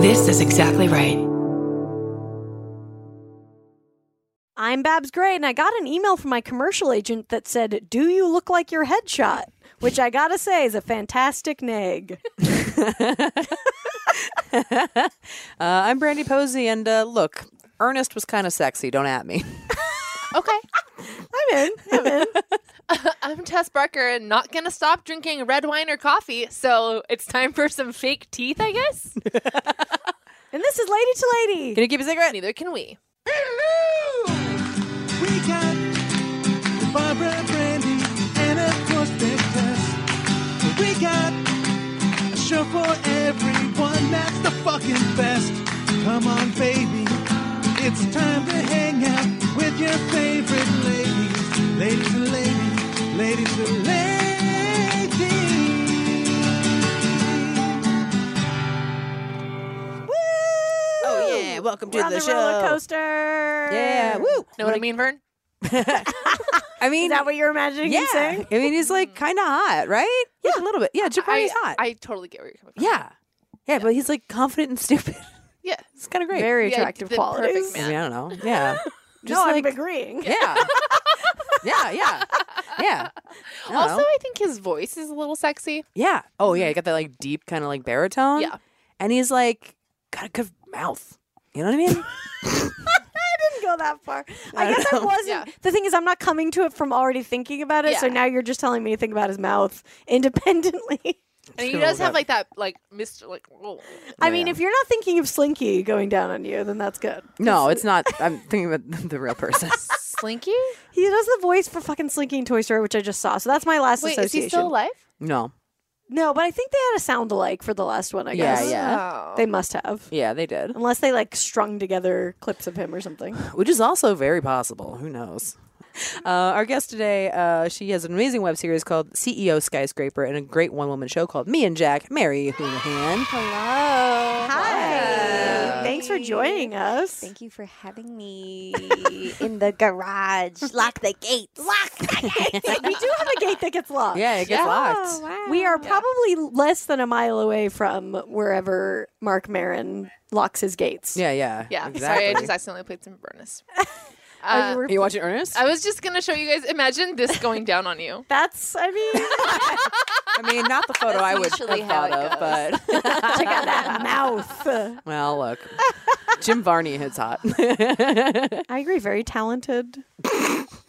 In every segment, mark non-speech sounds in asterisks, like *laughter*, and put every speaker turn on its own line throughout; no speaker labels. This is exactly right.
I'm Babs Gray, and I got an email from my commercial agent that said, Do you look like your headshot? Which I gotta say is a fantastic nag.
Uh, I'm Brandy Posey, and uh, look, Ernest was kind of sexy. Don't at me.
Okay.
*laughs* I'm in. I'm in.
*laughs* I'm Tess Barker and not going to stop drinking red wine or coffee. So it's time for some fake teeth,
*laughs*
I guess.
And this is Lady to Lady.
Can you keep a cigarette?
Neither
*laughs*
can we.
We got Barbara Brandy and of course Big Tess. We got a show for everyone that's the fucking best. Come on, baby. It's time to hang out with your favorite ladies. Ladies and ladies, ladies and ladies.
Oh yeah, welcome to
We're on
the,
the,
show.
roller coaster.
Yeah, woo.
Know what I mean, Vern?
I mean,
Is that what you're imagining
yeah.
him saying?
I mean, he's like kind of hot, right? Yeah, a little bit. Yeah,
Mm. I,
Jabroni's hot.
I totally get where you're coming from.
yeah. yeah, but he's like confident and *laughs* stupid.
Yeah.
It's kind of great.
Very
Yeah,
attractive
the perfect
qualities.
I,
man.
mean, I don't know. Yeah,
*laughs* No,
Just like-
I'm
*laughs*
agreeing. *laughs*
yeah, yeah, yeah, yeah. I don't
Also,
know.
I think his voice is a little sexy.
yeah. Oh yeah, he got that like deep kind of like baritone.
Yeah.
and he's like got a good mouth. You know what I mean?
Didn't go that far. I,
don't
guess I
know.
wasn't.
Yeah.
The thing is, I'm not coming to it from already thinking about it. So
Yeah.
now you're just telling me to think about his mouth *laughs* independently.
And he
gonna
does
look
have
up.
like that, like, Mr. Like, oh.
I mean, if you're not thinking of Slinky going down on you, then that's good.
No, it's not. I'm thinking about the real person. *laughs*
Slinky?
He does the voice for fucking Slinky and Toy Story, which I just saw. So that's my last
Wait, is
association.
he still alive?
No.
No, but I think they had a sound alike for the last one. I
Yeah,
guess.
yeah,
Oh.
They must have,
yeah. They did,
unless they like strung together clips of him or
*laughs*
something.
which is also very possible. Who knows? Uh, our guest today, uh, she has an amazing web series called CEO Skyscraper and a great one-woman show called Me and Jack, Mary Houlihan.
Oh,
Hi. Thanks for joining us.
Thank you for having me in the
*laughs*
garage. Lock the gates. Lock the gates.
we do have a gate that gets locked.
Yeah, it gets
Oh,
locked.
wow.
We are probably less than a mile away from wherever Mark Marin locks his gates.
Yeah, yeah,
Yeah.
Exactly.
Sorry, I just accidentally played some Vernus.
Are
Uh,
you
Are you watching Ernest?
I was just going to show you guys. Imagine this going down on you.
That's, I mean,
I mean, not the photo I would have
usually how
thought of,
it *laughs*
but
check out that mouth.
well, look, Jim Varney hits *laughs* hot.
I agree. Very
*laughs*
talented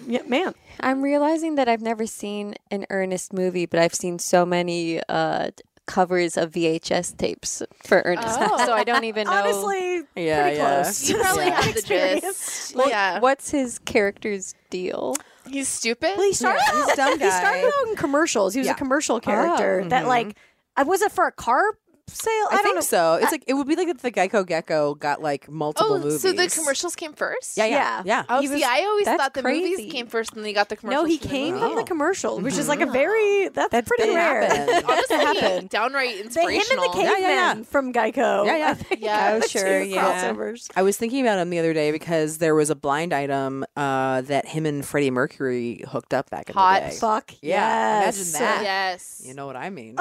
yeah, man.
I'm realizing that I've never seen an Ernest movie, but I've seen so many uh, covers of VHS tapes for Ernest. *laughs*
Oh.
So I don't even know.
Honestly,
Yeah,
pretty
yeah.
close.
You
to
probably
that
have the
experience.
gist.
Well,
yeah.
What's his character's deal?
He's stupid.
Well, *laughs* he started,
Yeah, he's a dumb
he started
guy.
out in commercials. He was a
Yeah.
commercial character
Oh.
that, like, I was it for a car sale? I,
I,
don't
think
know.
so. It's like it would be like if the Geico Gecko got like multiple
Oh,
movies.
so the commercials came first?
Yeah,
Yeah.
yeah, yeah.
Oh,
He
see,
was-
I always
that's
thought the
crazy.
movies came first, and then he got the commercials.
No, he
from the
came
movie.
from the
Oh.
commercial, which is like a very that's, pretty
been
rare.
happened.
That
*laughs* Honestly,
happened.
downright
*laughs* They, him and
inspirational.
the caveman
yeah, yeah.
from Geico.
Yeah, yeah.
I think
Yeah.
are *laughs*
Oh,
the
sure,
two
yeah.
Crossovers.
I was thinking about him the other day because there was a blind item uh, that him and Freddie Mercury hooked up back in
Hot
the day.
Fuck
Yeah,
yes.
imagine that.
Yes.
You know what I mean?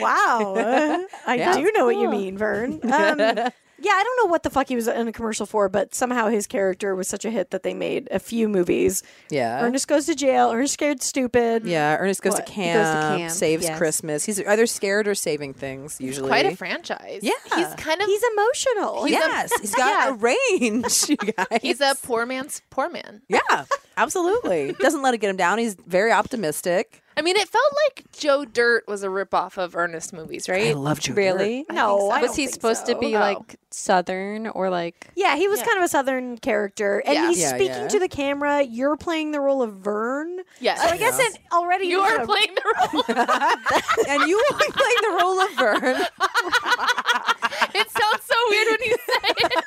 Wow. *laughs* Uh, I
Yeah.
do know what you mean, Vern. Um, yeah, I don't know what the fuck he was in a commercial for, but somehow his character was such a hit that they made a few movies.
yeah.
Ernest goes to jail. Ernest scared stupid.
Uh-huh. yeah, Ernest goes, to
What?
camp,
goes to camp,
saves
yes.
Christmas. He's either scared or saving things, usually.
Quite a franchise.
Yeah.
He's kind of.
He's
He's
emotional.
He's a-
yes, he's got a range, *laughs* you guys.
a, poor man's poor man.
yeah, absolutely. Doesn't let it get him down. He's very optimistic.
I mean, it felt like Joe Dirt was a ripoff of Ernest movies,
I
right?
love Joe.
Really?
no, I
was
don't
he
think
supposed
so.
to be
Oh.
like Southern or like?
Yeah, he was
Yeah.
kind of a southern character, and
Yeah.
he's
Yeah,
speaking
yeah.
to the camera. You're playing the role of Vern.
Yes.
So I guess it already
*laughs* you
had
are
a-
playing the role. *laughs*
and you *laughs* will be playing the role of Vern.
it sounds so weird when you say it.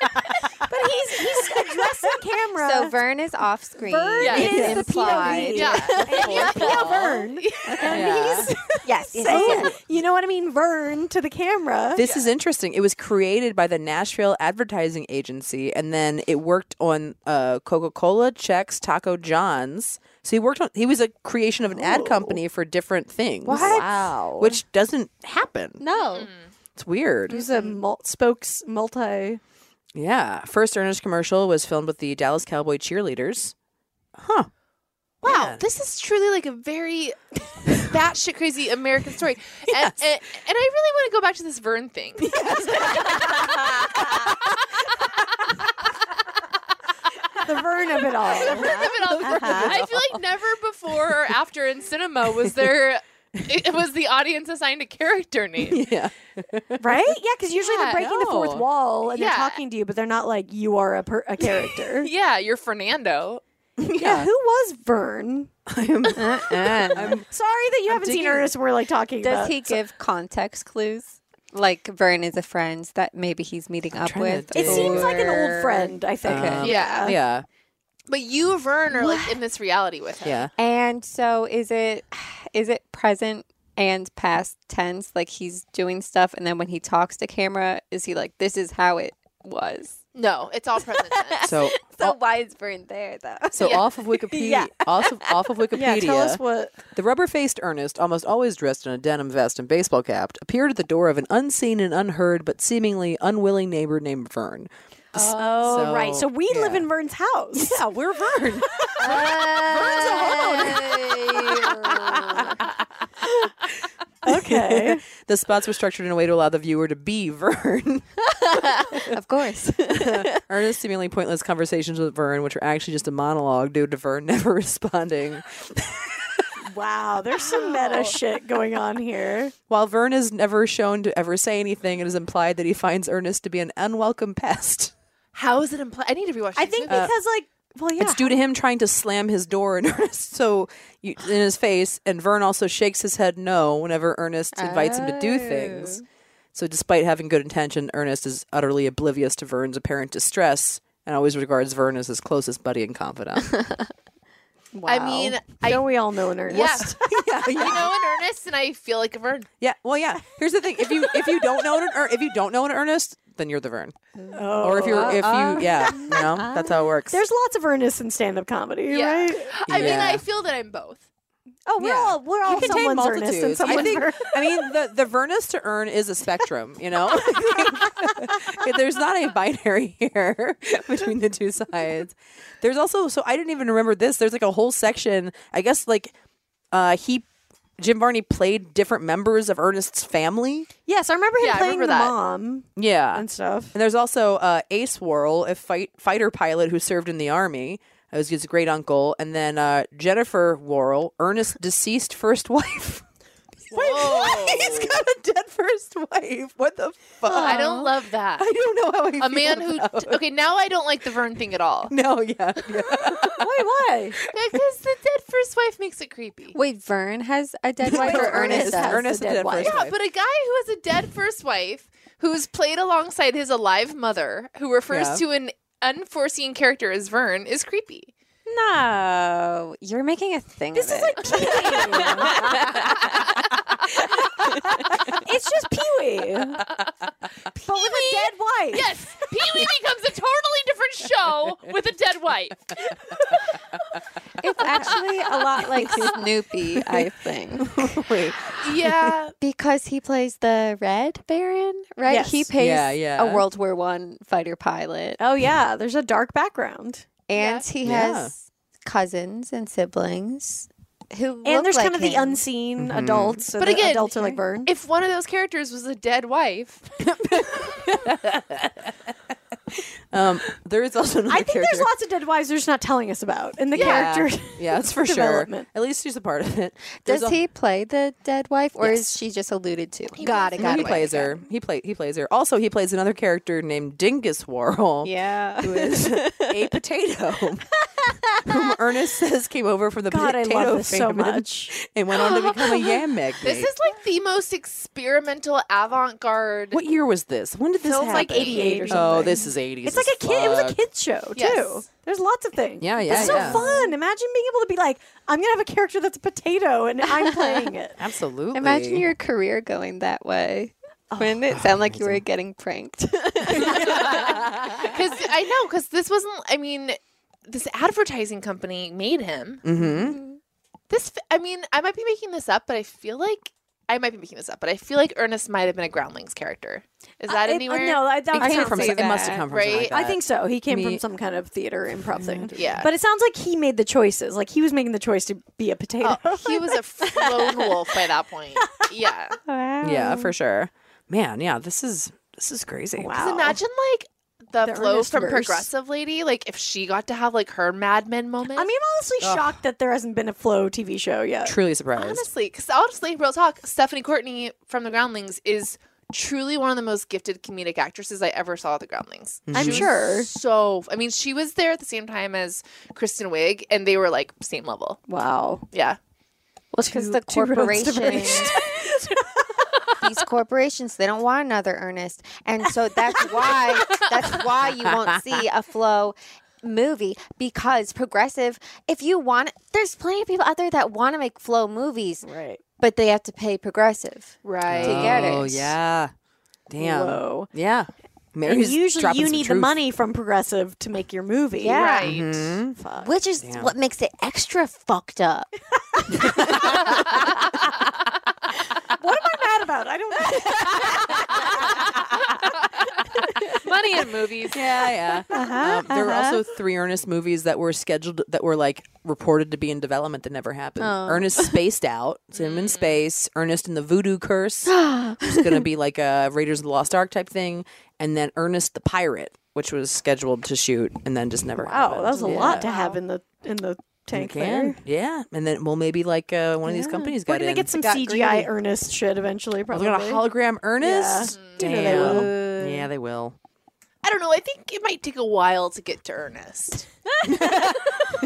but he's he's addressing camera.
So Vern is off screen.
Vern
Yeah.
is the
Implied.
POV.
Yeah.
And you're PO Vern.
Yeah.
He's yes, yes, yes, yes. You know what I mean? Vern to the camera.
*laughs* This is interesting. It was created by the Nashville Advertising Agency, and then it worked on uh, Coca Cola, Chex, Taco John's. So he worked on. He was a creation of an
Oh.
ad company for different things.
Wow.
Which doesn't happen.
no.
It's weird.
He's a mul- spokes multi.
Yeah. First earnest commercial was filmed with the Dallas Cowboy
*laughs*
cheerleaders. Huh.
Wow, this is truly like a very batshit crazy American story. And, and, and I really want to go back to this Vern thing.
The Vern of it all.
I feel like never before or after in cinema *laughs* was there. It it was the audience assigned a character name.
Yeah.
*laughs* right? Yeah, because usually they're
Yeah,
breaking the fourth
no.
wall and
Yeah.
they're talking to you, but they're not like you are a *laughs* per- a character. yeah.
Yeah, you're Fernando.
*laughs*
who was Vern? *laughs* Uh-uh.
I'm-
Sorry that you haven't seen
digging-
Ernest. and We're like talking
Does
about.
he give context clues? Like Vern is a friend that maybe he's meeting up
trying to
with.
it seems like an old
or-
friend. I think.
Okay. Um,
Yeah.
yeah.
But you, Vern, are like in this reality with him.
Yeah.
And so is it is it present and past tense? Like he's doing stuff and then when he talks to camera, is he like, This is how it was? Oh.
No, it's all present. tense.
So
So why is Vern there though?
*laughs*
so off of Wikipedia.
Yeah.
Off of, off of
*laughs*
Wikipedia.
Yeah, tell us what.
The rubber faced Ernest, almost always dressed in a denim vest and baseball cap, appeared at the door of an unseen and unheard but seemingly unwilling neighbor named Vern.
Oh, right. So we live
yeah.
in Vern's house.
Yeah, we're Vern.
*laughs* okay.
*laughs* the spots were structured in a way to allow the viewer to be *laughs* Vern.
*laughs* of course.
Ernest seemingly pointless conversations with Vern, which are actually just a monologue due to Vern *laughs* never responding.
Wow, there's some meta shit going on here.
While Vern is never shown to ever say anything, it is implied that he finds Ernest to be an unwelcome pest.
*laughs* How is it implied? I need to rewatch.
I
this
think
movie.
because like, well, yeah,
Uh, It's due to him trying to slam his door in *laughs* Ernest so you, in his face, and Vern also shakes his head no whenever Ernest invites him to do things. So, despite having good intention, Ernest is utterly oblivious to Vern's apparent distress and always regards Vern as his closest buddy and confidant.
I mean, I
Don't we all know in earnest?
yes, *laughs* you know in earnest, and I feel like a Vern.
*laughs* yeah, well, yeah. Here's the thing: if you if you don't know an Ern- if you don't know an Ernest, then you're the Vern,
Oh.
or if you're if you yeah, you know that's how it works.
There's lots of earnest in stand-up comedy,
Yeah.
right?
I mean,
Yeah.
I feel that I'm both.
Oh, we're
Yeah.
all we're all
contain
someone's earnest and
multitudes. I
someone's
think.
Vern.
I mean, the the Vernus to earn is a spectrum. You know, *laughs* If there's not a binary here *laughs* between the two sides. There's also so I didn't even remember this. There's like a whole section. I guess like uh he. Jim Varney played different members of Ernest's family.
*laughs* Yes, I remember him
Yeah, I
playing
remember
the
that.
mom
Yeah.
and
*laughs*
stuff.
And there's also uh, Ace Worrell, a fight, fighter pilot who served in the army. It was his great uncle. And then uh, Jennifer Worrell, Ernest's deceased first *laughs* wife.
Whoa.
He's got a dead first wife. What the fuck?
Oh. I don't love that.
I don't know how I feel
A man who
about-
okay, now I don't like the Vern thing at *laughs* all.
No, yeah. yeah.
Wait, why?
Because the dead first wife makes it creepy.
Wait, Vern has a dead wife
Wait,
or Ernest
Ernest
does?
has the
Ernest
dead
dead
wife.
first
Yeah,
wife.
but a guy who has a dead first wife who's played alongside his alive mother, who refers
Yeah.
to an unforeseen character as Vern, is creepy.
No, Oh, you're making a thing.
This
of
is
it.
like Pee Wee. *laughs* it's just Pee Wee, but with a dead wife.
Yes, Pee Wee becomes a totally different show with a dead wife.
it's actually a lot
*laughs*
like Snoopy, I think,
Wait.
Yeah,
because he plays the Red Baron, right?
Yes.
He plays
Yeah, yeah.
a World War One fighter pilot,
Oh yeah, there's a dark background,
and he
Yeah.
has cousins and siblings who
and
look
there's
like
kind of the
him.
unseen adults. So
But
the
again,
adults are like Vern.
if one of those characters was a dead wife,
Um, there is also another
I think
character.
there's lots of dead wives they're just not telling us about, and the
Yeah.
character.
yeah, that's
*laughs*
for sure.
development.
At least she's a part of it. There's
Does
a-
he play the dead wife, or
Yes.
is she just alluded to?
He
got it.
plays
Got
he
it.
plays
got it.
her. He play he plays her. Also, he plays another character named Dingus Worrell.
Yeah.
*laughs*
who is a potato. whom Ernest says came over from the
God, I
potato
love this so
famine
much.
and went on to become a
*laughs*
yam magnate.
This is like the most experimental avant-garde.
what year was this? When did this
Feels
happen?
like 88 or
Oh,
something.
this is 80s.
It's like a kid. It was a kids show too.
Yes.
There's lots of things.
Yeah,
But
yeah,
It's so
yeah.
fun. Imagine being able to be like, I'm gonna have a character that's a potato, and I'm playing it.
Absolutely.
Imagine your career going that way. Wouldn't it sound like you were getting pranked?
Because I know, because this wasn't. I mean, this advertising company made him.
Mm-hmm.
This. f- I mean, I might be making this up, but I feel like I might be making this up, but I feel like Ernest might have been a Groundlings character. *laughs* Is that
Uh, it- uh,
anywhere?
no, I, that
It came
sounds
from.
like-
say
It must
that,
have come from.
right?
Something
I
like
think so. He came
Me-
from some kind of theater improv thing.
Yeah.
But it sounds like he made the choices. Like he was making the choice to be a potato. *laughs*
Oh, he was a f- lone wolf by that point. Yeah.
wow.
that. Yeah, for sure. Man, yeah, this is this is crazy.
Wow.
'Cause imagine like the,
The
flow
Ernest
from
verse.
Progressive Lady, like if she got to have like her Mad Men moment.
I mean, I'm honestly shocked that there hasn't been a Flow TV show yet.
Truly surprised.
honestly, because honestly, real talk, Stephanie Courtney from The Groundlings is truly one of the most gifted comedic actresses I ever saw at The Groundlings.
I'm
She was
sure.
So, I mean, she was there at the same time as Kristen Wiig, and they were like same level.
Wow.
Yeah.
Well, because
Two-
the
two roads
corporations,
*laughs*
*laughs*
these corporations, they don't want another Ernest, and so that's why that's why you won't see a flow movie because progressive. If you want, there's plenty of people out there that want to make flow movies,
Right.
but they have to pay progressive.
Right.
To get it.
Oh yeah. Damn.
Whoa.
Yeah.
And
Mary's
usually
dropping
you
some
need the
truth.
money from Progressive to make your movie.
Yeah.
Right.
Mm-hmm.
Fuck.
Which is what makes it extra fucked up.
What am I mad about? I don't *laughs* know. Mm-hmm.
*laughs* Money in movies.
Yeah,
*laughs*
yeah.
Uh-huh,
Um, there were also three Ernest movies that were scheduled that were like reported to be in development that never happened.
Oh.
Ernest spaced out, it's him in space. Ernest and the
*gasps*
Voodoo Curse, which is going to be like a Raiders of the Lost Ark type thing, and then Ernest the Pirate, which was scheduled to shoot and then just never
Wow,
happened.
Oh, that was a lot to have in the in the tank
Can
there.
yeah, and then well maybe like uh, one of these companies got
We're gonna
in.
get some
got
CGI
greedy.
Ernest shit eventually.
Oh,
Probably.
they got a hologram Ernest.
You
Damn.
know they will.
Yeah, they will.
I don't know. I think it might take a while to get to Ernest.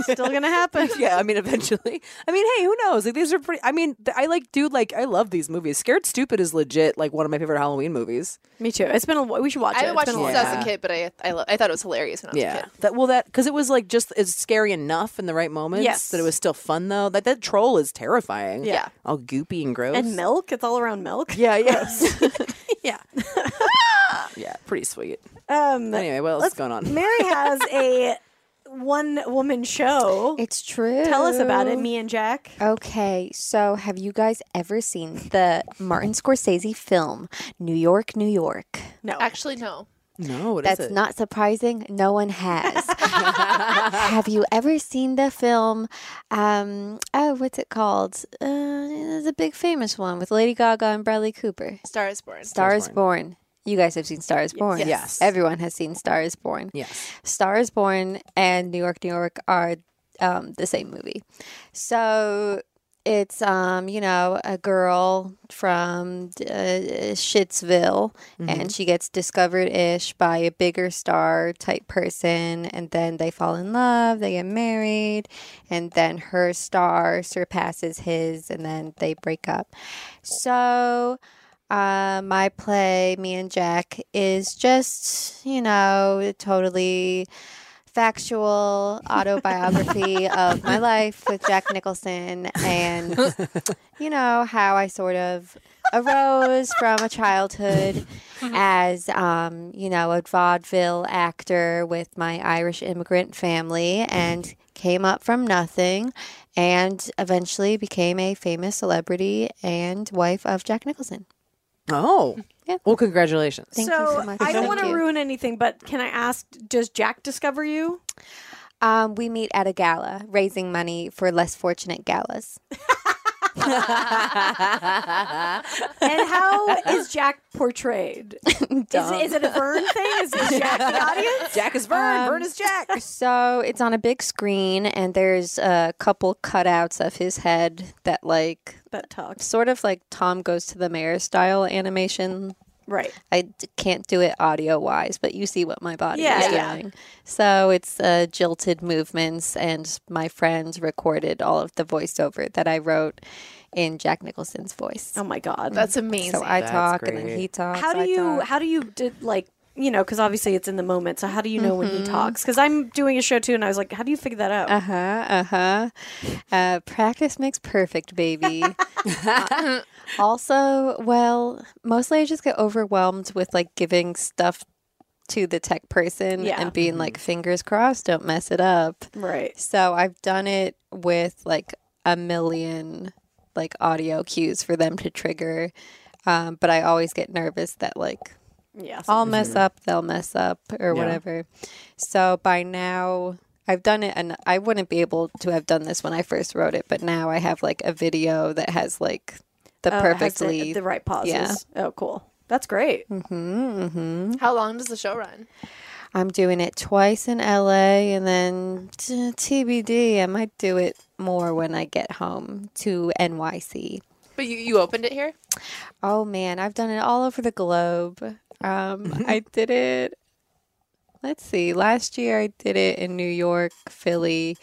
Still *laughs* gonna happen.
yeah, I mean, eventually. I mean, hey, who knows? Like, these are pretty. I mean, th- I like, dude, like, I love these movies. Scared Stupid is legit, like, one of my favorite Halloween movies.
Me too. It's been a. wh- We should watch
I
it.
haven't
It's
watched
been
this
a long
since I was a
time.
kid, but I I, lo- I thought it was hilarious when I was a kid.
That, well, that, because it was, like, just, it's scary enough in the right moments
Yes.
that it was still fun, though. Like, that troll is terrifying.
Yeah.
All goopy and gross.
And milk. It's all around milk.
Yeah, yes. yeah. *laughs* yeah, pretty sweet.
Um.
Anyway, what else is going on?
Mary *laughs* has a one woman show.
It's true.
Tell us about it, me and Jack.
Okay, so have you guys ever seen the Martin Scorsese film New York, New York?
No.
Actually, no.
No, what is
That's
it?
not surprising. No
*laughs*
one has. have you ever seen the film? Um, oh, what's it called? Uh, there's a big famous one with Lady Gaga and Bradley Cooper.
Star is Born.
Star is Born. You guys have seen Star is Born.
Yes. Yes.
Everyone has seen Star is Born.
Yes.
Star is Born and New York, New York are um, the same movie. So it's, um, you know, a girl from uh, Shittsville and she gets discovered ish by a bigger star type person. And then they fall in love, they get married, and then her star surpasses his, and then they break up. So. Uh, my play, Me and Jack, is just, you know, totally factual autobiography of my life with Jack Nicholson and, you know, how I sort of arose from a childhood as, um, you know, a vaudeville actor with my Irish immigrant family and came up from nothing and eventually became a famous celebrity and wife of Jack Nicholson.
Oh.
Yeah.
Well, congratulations.
Thank
so
you so much.
I don't
Thank
want to
you.
ruin anything, but can I ask? Does Jack discover you?
Um, we meet at a gala, raising money for less fortunate galas.
And *laughs* how is Jack *laughs* portrayed? is, is it a burn thing? Is Jack *laughs* the audience?
Jack is Vern. Vern is Jack.
So it's on a big screen, and there's a couple cutouts of his head that, like,
That talks.
sort of like Tom goes to the mayor style animation
Right.
I d- can't do it audio wise, but you see what my body
Yeah,
is
yeah.
doing. So it's uh, jilted movements, and my friend recorded all of the voiceover that I wrote in Jack Nicholson's voice.
Oh my god.
That's amazing.
so I
That's
talk, and then
great.
he talks.
how do
I
you
talk.
how do you did like you know because obviously it's in the moment so how do you know when he talks because i'm doing a show too and i was like how do you figure that out
Uh-huh, uh-huh. Uh, practice makes perfect, baby. Uh, also, well, mostly I just get overwhelmed with like giving stuff to the tech person
Yeah.
and being like, fingers crossed, don't mess it up.
right
So I've done it with like a million like audio cues for them to trigger. Um, but I always get nervous that like
yeah so-
I'll mess up, they'll mess up, or whatever. So by now, I've done it, and I wouldn't be able to have done this when I first wrote it, but now I have like a video that has like the
oh, it has the-
perfectly.
the, right pauses
yeah. Mm-hmm.
oh cool that's great
How long does the show run?
I'm doing it twice in LA, and then t- TBD, I might do it more when I get home to NYC.
But you, you opened it here?
Oh man, I've done it all over the globe.
*laughs*
Um, I did it. Let's see. Last year, I did it in New York, Philly,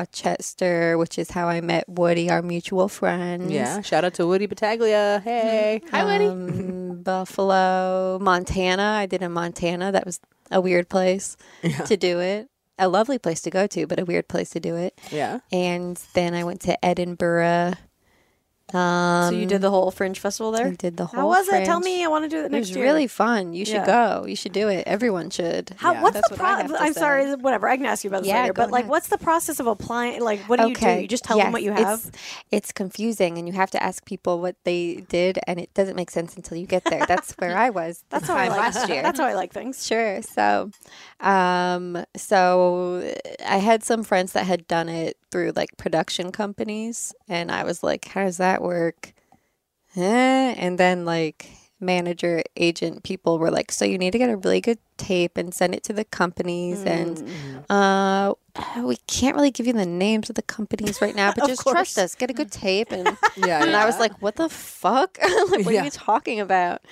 Rochester, which is how I met Woody, our mutual friend.
Yeah. Shout out to Woody Battaglia. Hey.
Hi, Woody.
*laughs*
Um, Buffalo, Montana. I did in Montana. That was a weird place to do it. A lovely place to go to, but a weird place to do it.
Yeah.
And then I went to Edinburgh. Um,
so you did the whole fringe festival there
I did the whole.
how was it tell
Fringe.
me i want to do it
It
next
was
year
really fun. You should
Yeah.
go. You should do it. Everyone should.
how,
Yeah.
what's
That's
the
what I have
process?
to
I'm
say.
sorry, whatever. I can ask you about this
Yeah,
later.
go
But like,
ahead.
what's the process of applying? Like, what do you do? You just tell them
yes,
what you have.
it's- It's confusing, and you have to ask people what they did, and it doesn't make sense until you get there. That's
*laughs*
where I was. That's
how I
time
like-
last year.
*laughs* That's how I like things.
Sure. So, um, so I had some friends that had done it through like production companies, and I was like, "How does that work?" Eh, And then like manager, agent, people were like, "So you need to get a really good tape and send it to the companies, and uh, we can't really give you the names of the companies right
*laughs*
now, but just trust us. Get a good tape and."
Yeah.
And I was like, what the fuck? *laughs* like, what
Yeah.
are you talking about?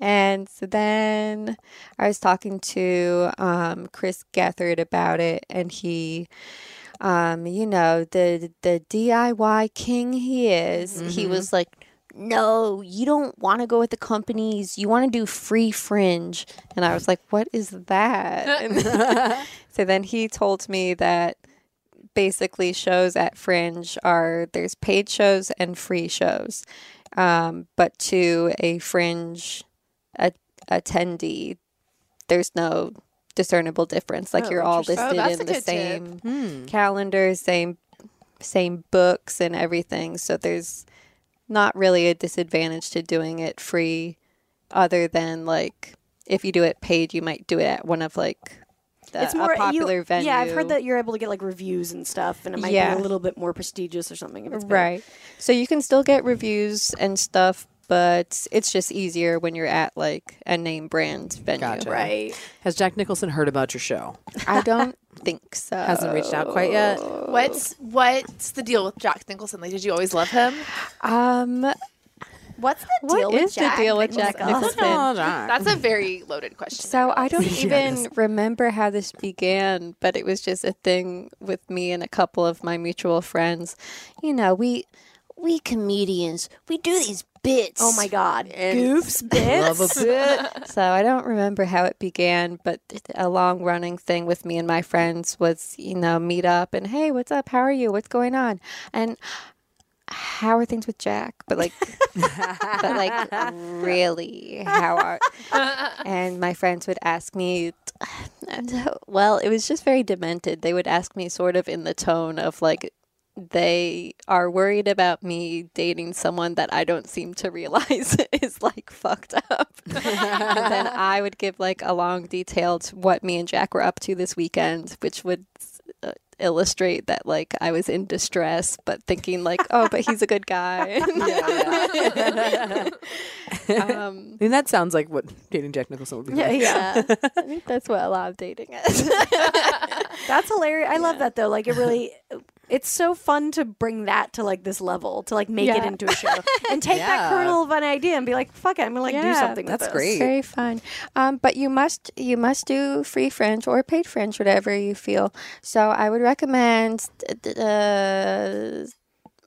And so then I was talking to um, Chris Gethard about it, and he, um, you know, the the DIY king he is.
Mm-hmm.
He was like, no, you don't want to go with the companies. You want to do free fringe. And I was like, what
*laughs*
is that? And so then he told me that basically shows at Fringe are there's paid shows and free shows. Um, but to a Fringe a- attendee, there's no discernible difference. Like
Oh,
you're all
interesting. Hmm.
Oh,
listed
that's a
in the
good tip.
same calendars, same same books and everything. So there's not really a disadvantage to doing it free other than like if you do it paid you might do it at one of like the, a popular
you,
venue.
Yeah, I've heard that you're able to get like reviews and stuff, and it might
Yeah.
be a little bit more prestigious or something. If it's big.
Right. So you can still get reviews and stuff, but it's just easier when you're at like a name brand venue.
Gotcha.
Right.
Has Jack Nicholson heard about your show?
I don't think so.
Hasn't reached out quite yet.
Oh,
What's
Oh.
what's the deal with Jack Nicholson? Like, did you always love him?
Um,
What's the
What
deal with
is the
Jack?
deal with
Nicholson?
Jack Nicholson?
That's a very loaded question.
so I don't even remember how this began, but it was just a thing with me and a couple of my mutual friends. You know, we
We comedians, we do these bits.
Oh my god. *laughs* Goofs, bits.
so I don't remember how it began, but a long running thing with me and my friends was, you know, meet up and hey, what's up? How are you? What's going on? And how are things with Jack? But like, but like, really, how are? And my friends would ask me, uh, well, it was just very demented. They would ask me sort of in the tone of like. They are worried about me dating someone that I don't seem to realize *laughs* is like fucked up and then I would give like a long detailed what me and Jack were up to this weekend, which would uh, illustrate that like I was in distress, but thinking like, oh, but he's a good guy. um,
I mean, that sounds like what dating Jack Nicholson would be
Yeah,
like.
yeah.
*laughs* yeah, I think that's what a lot of dating is.
That's hilarious. I love that though. Like it really It's so fun to bring that to like this level, to like make it
Yeah.
into a
*laughs*
show and take
Yeah.
that kernel of an idea and be like, fuck it, I'm gonna like do
Yeah,
something. with
that's
this.
great.
Very fun. Um, but you must you must do free French or paid French, whatever you feel. So I would recommend. Uh,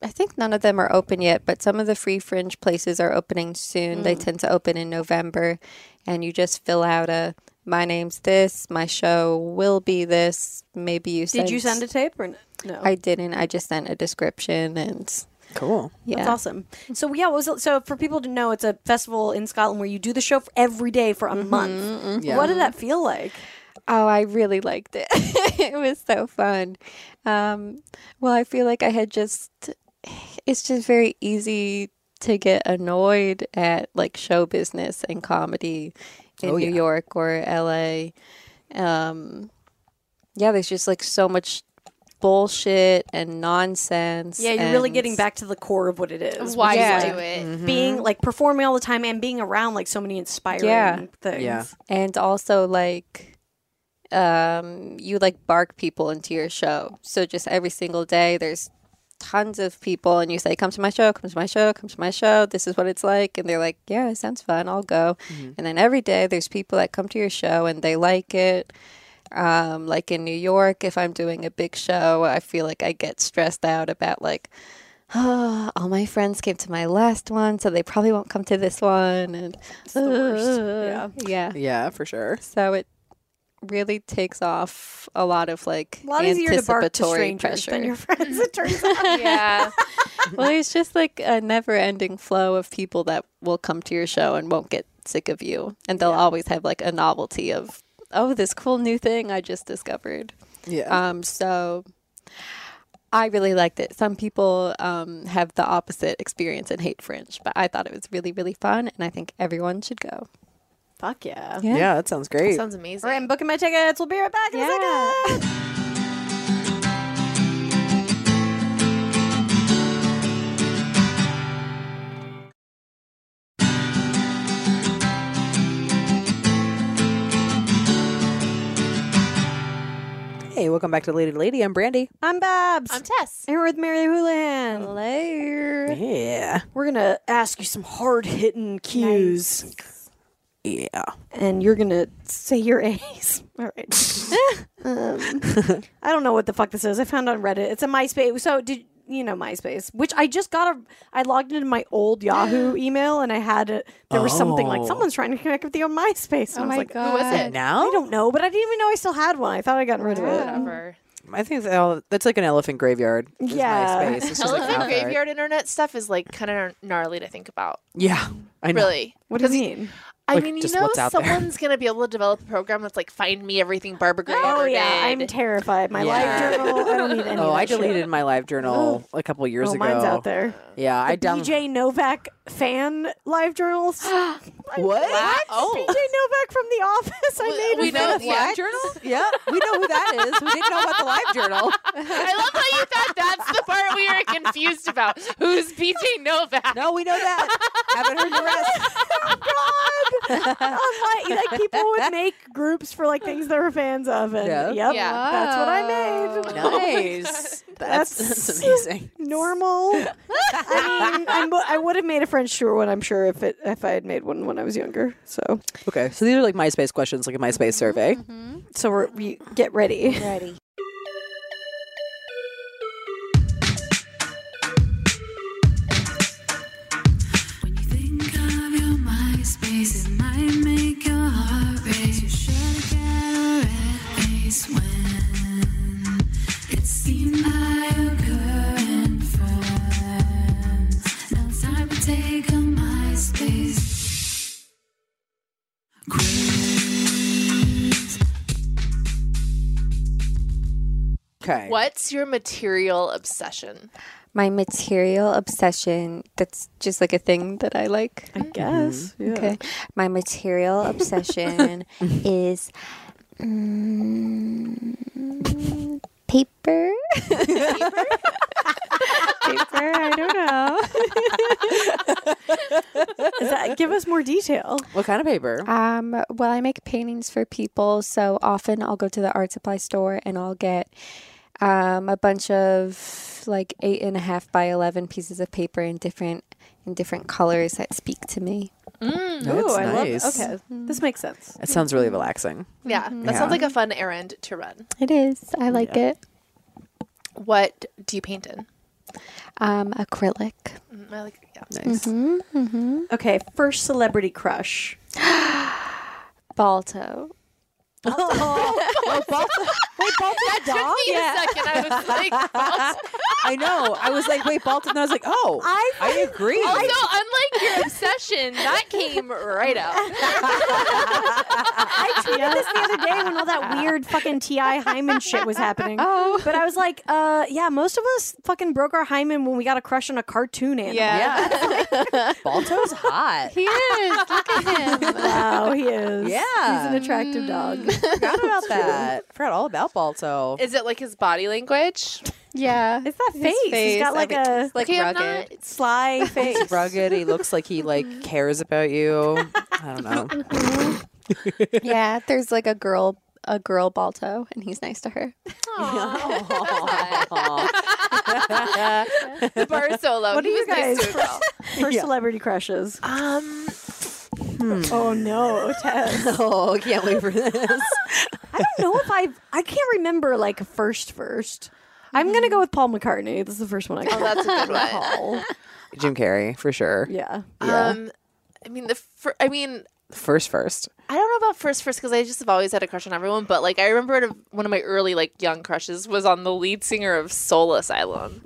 I think none of them are open yet, but some of the free fringe places are opening soon.
Hmm.
They tend to open in November, and you just fill out a my name's this, my show will be this. Maybe you
Did you send a tape or n- no?
I didn't. I just sent a description, and
Cool.
yeah,
That's awesome. So yeah, what was it? so for people to know, it's a festival in Scotland where you do the show for every day for a month.
Yeah.
What did that feel like?
Oh, I really liked it. *laughs* it was so fun. Um, well, I feel like I had just, it's just very easy to get annoyed at like show business and comedy in
Oh,
New
yeah.
York or LA. Um, yeah, there's just like so much bullshit and nonsense.
Yeah, you're really
and-
getting back to the core of what it is.
Why
Yeah.
do it?
Being like performing all the time and being around like so many inspiring
Yeah.
things.
Yeah.
and also like um you like bark people into your show so just every single day there's tons of people and you say come to my show come to my show come to my show this is what it's like and they're like yeah it sounds fun i'll go and then every day there's people that come to your show and they like it um like in new york if i'm doing a big show i feel like i get stressed out about like *sighs* oh, all my friends came to my last one so they probably won't come to this one and
Yeah.
*laughs* yeah yeah
Yeah, for sure.
so it really takes off a lot of like
A lot easier to bark to strangers
anticipatory pressure.
than your friends. It turns out.
Yeah.
*laughs*
well, it's just like a never-ending flow of people that will come to your show and won't get sick of you, and they'll always have like a novelty of oh, this cool new thing I just discovered.
Uh,
Yeah.
Um, so I really liked it. Some people um, have the opposite experience and hate Fringe, but I thought it was really, really fun, and I think everyone should go.
Fuck yeah.
yeah.
yeah, that sounds great.
Sounds amazing.
All right, I'm booking my tickets. We'll be right back in a second.
hey, welcome back to Lady to Lady. I'm Brandy.
I'm Babs.
I'm Tess.
here with Mary Houlihan.
Hello.
Yeah.
We're gonna ask you some hard hitting cues,
Yeah.
and you're gonna say your *laughs* A's. All
*laughs*
right. um, I don't know what the fuck this is. I found on Reddit. It's a MySpace. So did you know MySpace? Which I just got a. I logged into my old
*gasps*
Yahoo email, and I had a, there was something like
Oh.
someone's trying to connect with you on MySpace. And I was like,
Who was it?
Now?
I don't know, but I didn't even know I still had one. I thought I got rid of it.
Whatever.
I think that all- that's like an elephant graveyard. is
Yeah.
MySpace. It's just like
Elephant
out there.
graveyard internet stuff is like kind of gnarly to think about.
Yeah, I know.
Really.
What does it mean?
I
Like,
mean, you
just
know,
what's out there.
someone's gonna be able to develop a program that's like, find me everything Barbara Gray
Oh
ever
yeah, I'm
did.
terrified. My
Yeah.
live journal. I don't need any.
*laughs* Oh,
of
I
that shit.
deleted my
*gasps*
live journal a couple years
Oh,
ago.
mine's out there.
Yeah, I down-
BJ Novak fan live journals. BJ
What?
*laughs*
oh,
Novak from The Office. I made
we
a
know
fan.
the live
journal? Yeah, we know who that is. We didn't know about the live journal.
I love how you thought that's the part we were confused about.
*laughs*
Who's BJ Novak?
No, we know that. Haven't heard the rest.
*laughs* Online- like people
*laughs*
would make groups for like things they were fans of, and
Yeah.
yep,
Yeah.
that's what I made.
Nice.
That's-
that's, that's amazing.
*laughs* Normal. I mean, I'm, I would have made a French tour one, I'm sure, if it if I had made one when I was younger. So,
Okay, so these are like MySpace questions, like a MySpace survey.
so we're, we get ready.
Ready.
When you think of your MySpace, it might make your heart race. You should get a red face when it seemed by your current friends. Now it's time to take a MySpace quiz.
Okay.
What's your material obsession?
My material obsession, that's just like a thing that I like.
I guess. Yeah.
Okay.
*laughs*
My material *laughs* obsession is mm, paper. paper? I don't know.
Is that, give us more detail.
What kind of paper?
Um, well, I make paintings for people, so often I'll go to the art supply store and I'll get um, a bunch of like eight and a half by eleven pieces of paper in different in different colors that speak to me.
That's
I
nice.
love. Okay, this makes sense.
It sounds really relaxing.
Yeah, that
Mm-hmm. Yeah.
sounds like a fun errand to run.
It is. I like it.
What do you paint in?
Um, acrylic.
Mm, I like, yeah.
Nice.
Mm-hmm.
Okay, first celebrity crush.
Balto.
Took me a second. I was like, *laughs*
I know. I was like, wait, Balton. I was like, oh, I, agree.
also, unlike your obsession, that came right out.
I tweeted this the other day when all that weird fucking Ti Hyman shit was happening. Oh, but I was like, uh, yeah, most of us fucking broke our Hyman when we got a crush on a cartoon animal.
yeah. Balto's hot.
He is. Look at him.
wow, he is. Mm.
Yeah.
he's an attractive dog.
forgot about that. forgot all about Balto.
Is it like his body language?
Yeah.
It's that face. He's got like a
like
Okay, I'm
rugged.
not-
sly face.
He's rugged. He looks like he like cares about you. I don't know.
yeah, there's like a girl a girl Balto and he's nice to her.
the bar is so low.
What
he
do you
was nice to a girl.
First celebrity crushes.
*laughs* Um,
Oh no, Tess.
oh, I can't wait for
*laughs*
this.
I don't know if I've. I can't remember like first first. I'm gonna go with Paul McCartney. This is the first one I
oh,
got.
that's a good *laughs* one.
Paul.
Jim Carrey for sure.
Yeah.
Um, I mean the. Fir- I mean,
First, first.
I don't know about first first because I just have always had a crush on everyone. But like, I remember it- one of my early like young crushes was on the lead singer of Soul Asylum.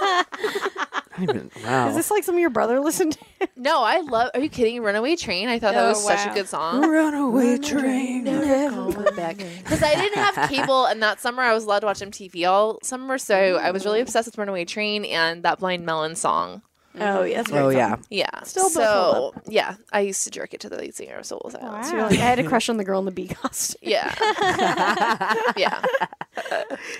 I don't even- wow.
Is this like something your brother listened to?
No, I love. Are you kidding? Runaway Train. I thought that
Oh,
was such a
wow.
good song.
Runaway train.
Because I didn't
*laughs*
have cable, and that summer I was allowed to watch MTV all summer, so I was really obsessed with Runaway Train and that Blind Melon song.
Oh yeah. that's
Oh
right.
yeah.
Yeah.
Still both
so yeah, I used to jerk it to the lead singer of Soul Asylum.
So you're like, I had a crush on the girl in the bee *laughs* costume.
Yeah. yeah.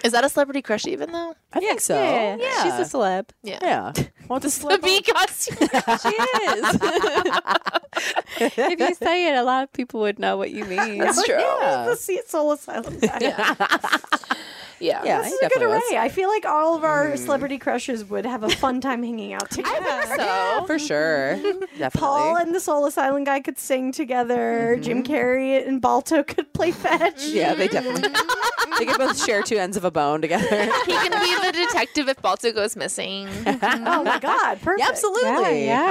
Is that a celebrity crush even though?
I think
Oh,
so.
She's a celeb.
Yeah. *laughs*
Yeah. Want to
The
slip
bee
*laughs*
costume.
She is. if you say it, a lot of people would know what you mean.
That's
*laughs*
true.
Yeah.
Let's see it, Soul
*laughs*
Asylum. guy.
Yeah.
Yeah,
This
he
is a good
definitely
array.
was. Mm-hmm.
I feel like all of our celebrity crushes would have a fun time hanging
*laughs*
out together.
So
For sure. Definitely. Mm-hmm.
Paul and the Soul Asylum guy could sing together. Jim Carrey and Balto could play fetch. *laughs*
*laughs* yeah, they definitely. *laughs* they could both share two ends of a bone together.
he can be the detective if Balto
*laughs*
goes missing.
Oh my God, perfect.
Yeah, absolutely.
Yeah, yeah.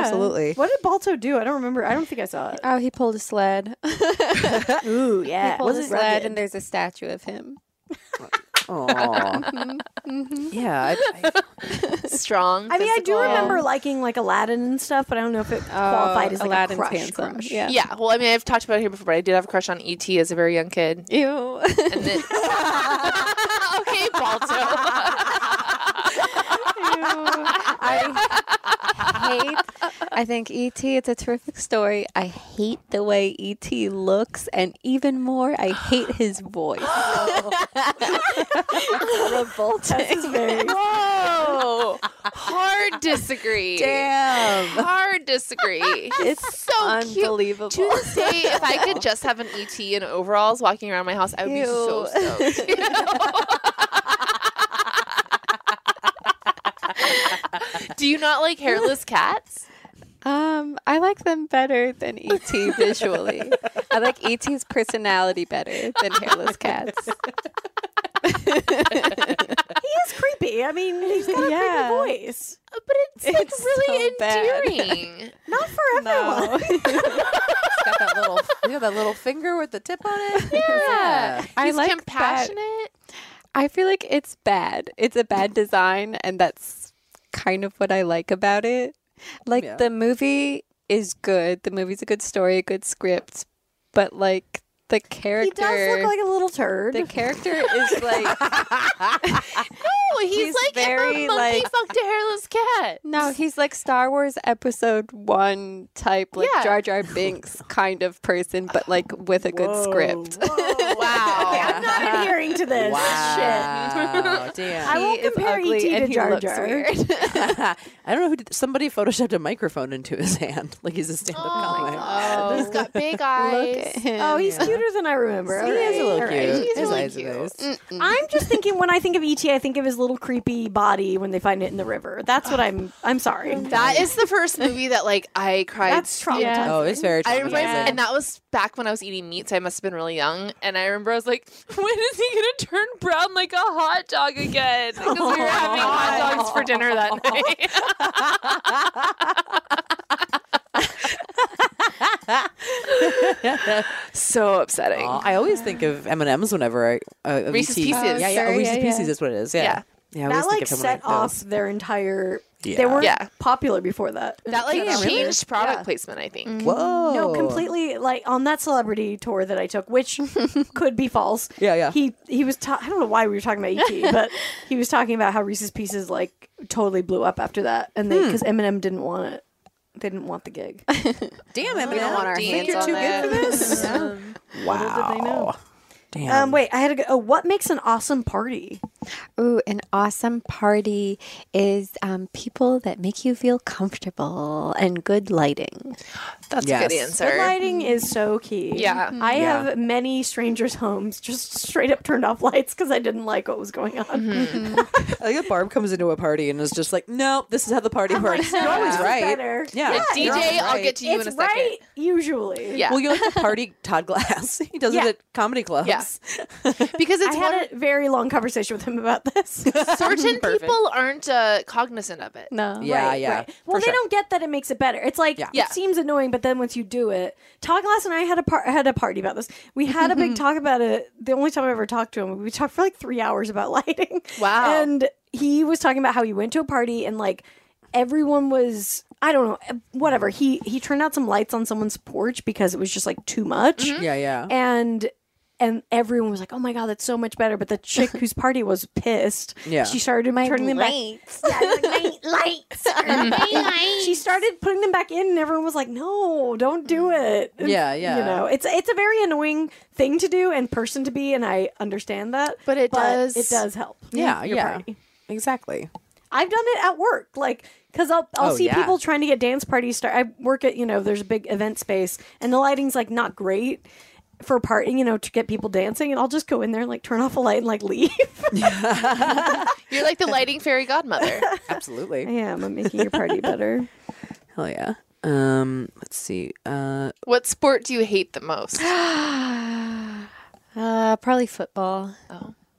*laughs*
Absolutely.
What did Balto do? I don't remember. I don't think I saw it.
Oh, he pulled a *laughs* sled.
Ooh, yeah.
he pulled a sled, and there's a statue of him.
Aw. yeah. I, I,
Strong.
I mean, I do
physical.
remember liking like Aladdin and stuff, but I don't know if it
Oh,
qualified as like
Aladdin's
a crush.
handsome.
crush.
Yeah.
Yeah, well, I mean, I've talked about it here before, but I did have a crush on ET as a very young kid.
*laughs* Ew.
And then... *laughs* okay, Balto.
*laughs*
I hate. *laughs* I think ET. It's a terrific story. I hate the way ET looks, and even more, I hate his voice.
*gasps*
This is very-
Whoa, hard disagree.
damn.
Hard disagree.
It's
so
unbelievable.
Cute. To this day, if I could just have an ET in overalls walking around my house, I would be so stoked. *laughs* You know? Do you not like hairless cats?
Um, I like them better than ET visually. I like ET's personality better than hairless cats.
he is creepy. I mean, he's got a
Yeah.
creepy voice.
Uh, But it's, like
It's
really
so bad.
endearing.
Not for everyone.
It's got that little, *laughs* you know, that little finger with the tip on it.
Yeah. I
He's
like that-
compassionate.
I feel like it's bad. It's a bad design, and that's kind of what I like about it. Like
Yeah.
the movie is good. The movie's a good story, a good script, but like the
He
character,
does look like a little turd. *laughs*
the character is like
Oh, he's,
He's
like
very,
if a monkey
like-
fucked a hairless cat.
no, he's like Star Wars Episode One type, like
*laughs*
Yeah.
Oh,
Jar Jar Binks kind of person, but like with a good script.
Wow.
I'm
*laughs*
not adhering to this.
Wow. *laughs*
*laughs*
Damn.
I won't
He is
compare ET
ugly
to
and he
Jar
looks
Jar. *laughs*
weird.
I don't know who did somebody photoshopped a microphone into his hand *laughs* like he's a stand up comic.
Oh, he's got big eyes.
Oh, he's cuter than I remember.
He is a
Alright,
little
alright.
cute.
He's
His
really
eyes are
cute.
nice.
I'm just thinking when I think of ET, I think of his little creepy body when they find it in the river. That's what I'm. I'm sorry.
That is the first movie that like I cried.
That's traumatizing.
Yeah.
Oh, it's very
I remember,
traumatizing.
and that was back when I was eating meat, so I must have been really young. And I remember I was like, *laughs* "When is he gonna turn brown like a hot dog again?" Because we were having hot dogs for dinner that night. *laughs* so upsetting.
Aw, I always think of M and M's whenever I uh, of
Reese's
ET.
Pieces.
Yeah, yeah,
sure,
Reese's
yeah,
Pieces
yeah.
is what it is. Yeah,
Yeah.
yeah. I always
that like
think of them
set
like
off
those.
their entire. They
Yeah.
weren't
Yeah.
popular before that.
That like
Yeah, Mm-hmm. really.
changed product placement. I think.
Whoa.
No, completely. Like on that celebrity tour that I took,
*laughs*
which could be false.
Yeah, yeah.
He he was. Ta- I don't know why we were talking about ET,
*laughs*
but he was talking about how Reese's Pieces like totally blew up after that, and
Hmm.
they because Eminem didn't want it. They didn't want the gig.
Damn it,
We don't want our hands
you're
on
too
that.
good for
*laughs*
this. wow.
did they know?
Damn.
Um, wait, I had to go. Oh, what makes an awesome party?
Ooh, an awesome party is um, people that make you feel comfortable and good lighting.
That's a good
Yes.
answer.
Good lighting is so key.
Yeah. Mhm.
I
Hmm. Yeah.
have many strangers' homes just straight up turned off lights because I didn't like what was going on.
Hmm.
*laughs*
I think that Barb comes into a party and is just like, "No, this is how the party works." you're always
this is
right.
better.
Yeah.
Yeah,
you're
DJ,
always
I'll
right.
get to you in a
It's
second.
right usually.
Yeah.
Well,
*laughs*
you're like the party Todd Glass. *laughs* he does
Yeah.
it at comedy clubs.
Yeah.
*laughs*
because
I
it's one
had a very long conversation with him about this.
certain people aren't uh, cognizant of it.
no. *laughs*
Yeah,
Right,
yeah,
right. Well,
for
they
sure.
don't get that it makes it better. It's like
Yeah.
it
Yeah.
seems annoying, but then once you do it, Todd Glass and I had a par- had a party about this. We had a big talk about it. The only time I ever talked to him, we talked for like three hours about *laughs* lighting.
Wow.
And he was talking about how he went to a party and like everyone was I don't know eh, whatever. He he turned out some lights on someone's porch because it was just like too much
*laughs* Yeah, yeah.
and and everyone was like, "Oh my god, that's so much better." But the
*laughs*
chick whose party was pissed.
Yeah.
she started turning them back. *laughs* She started putting them back in, and everyone was like, "No, don't do
Mm.
it." And,
Yeah, yeah.
You know, it's it's a very annoying thing to do and person to be, and I understand that.
But it does-
It does help.
Yeah,
your
yeah.
party.
Exactly.
I've done it at work, like because I'll I'll
Oh,
see
yeah.
people trying to get dance parties start. I work at you know there's a big event space and the lighting's like not great for part you know to get people dancing, and I'll just go in there and like turn off a light and like *laughs* leave.
You're like the lighting fairy godmother.
Absolutely.
I am. I'm making your party better.
Hell yeah. Um, let's see. Uh,
what sport do you hate the most?
Uh, probably football.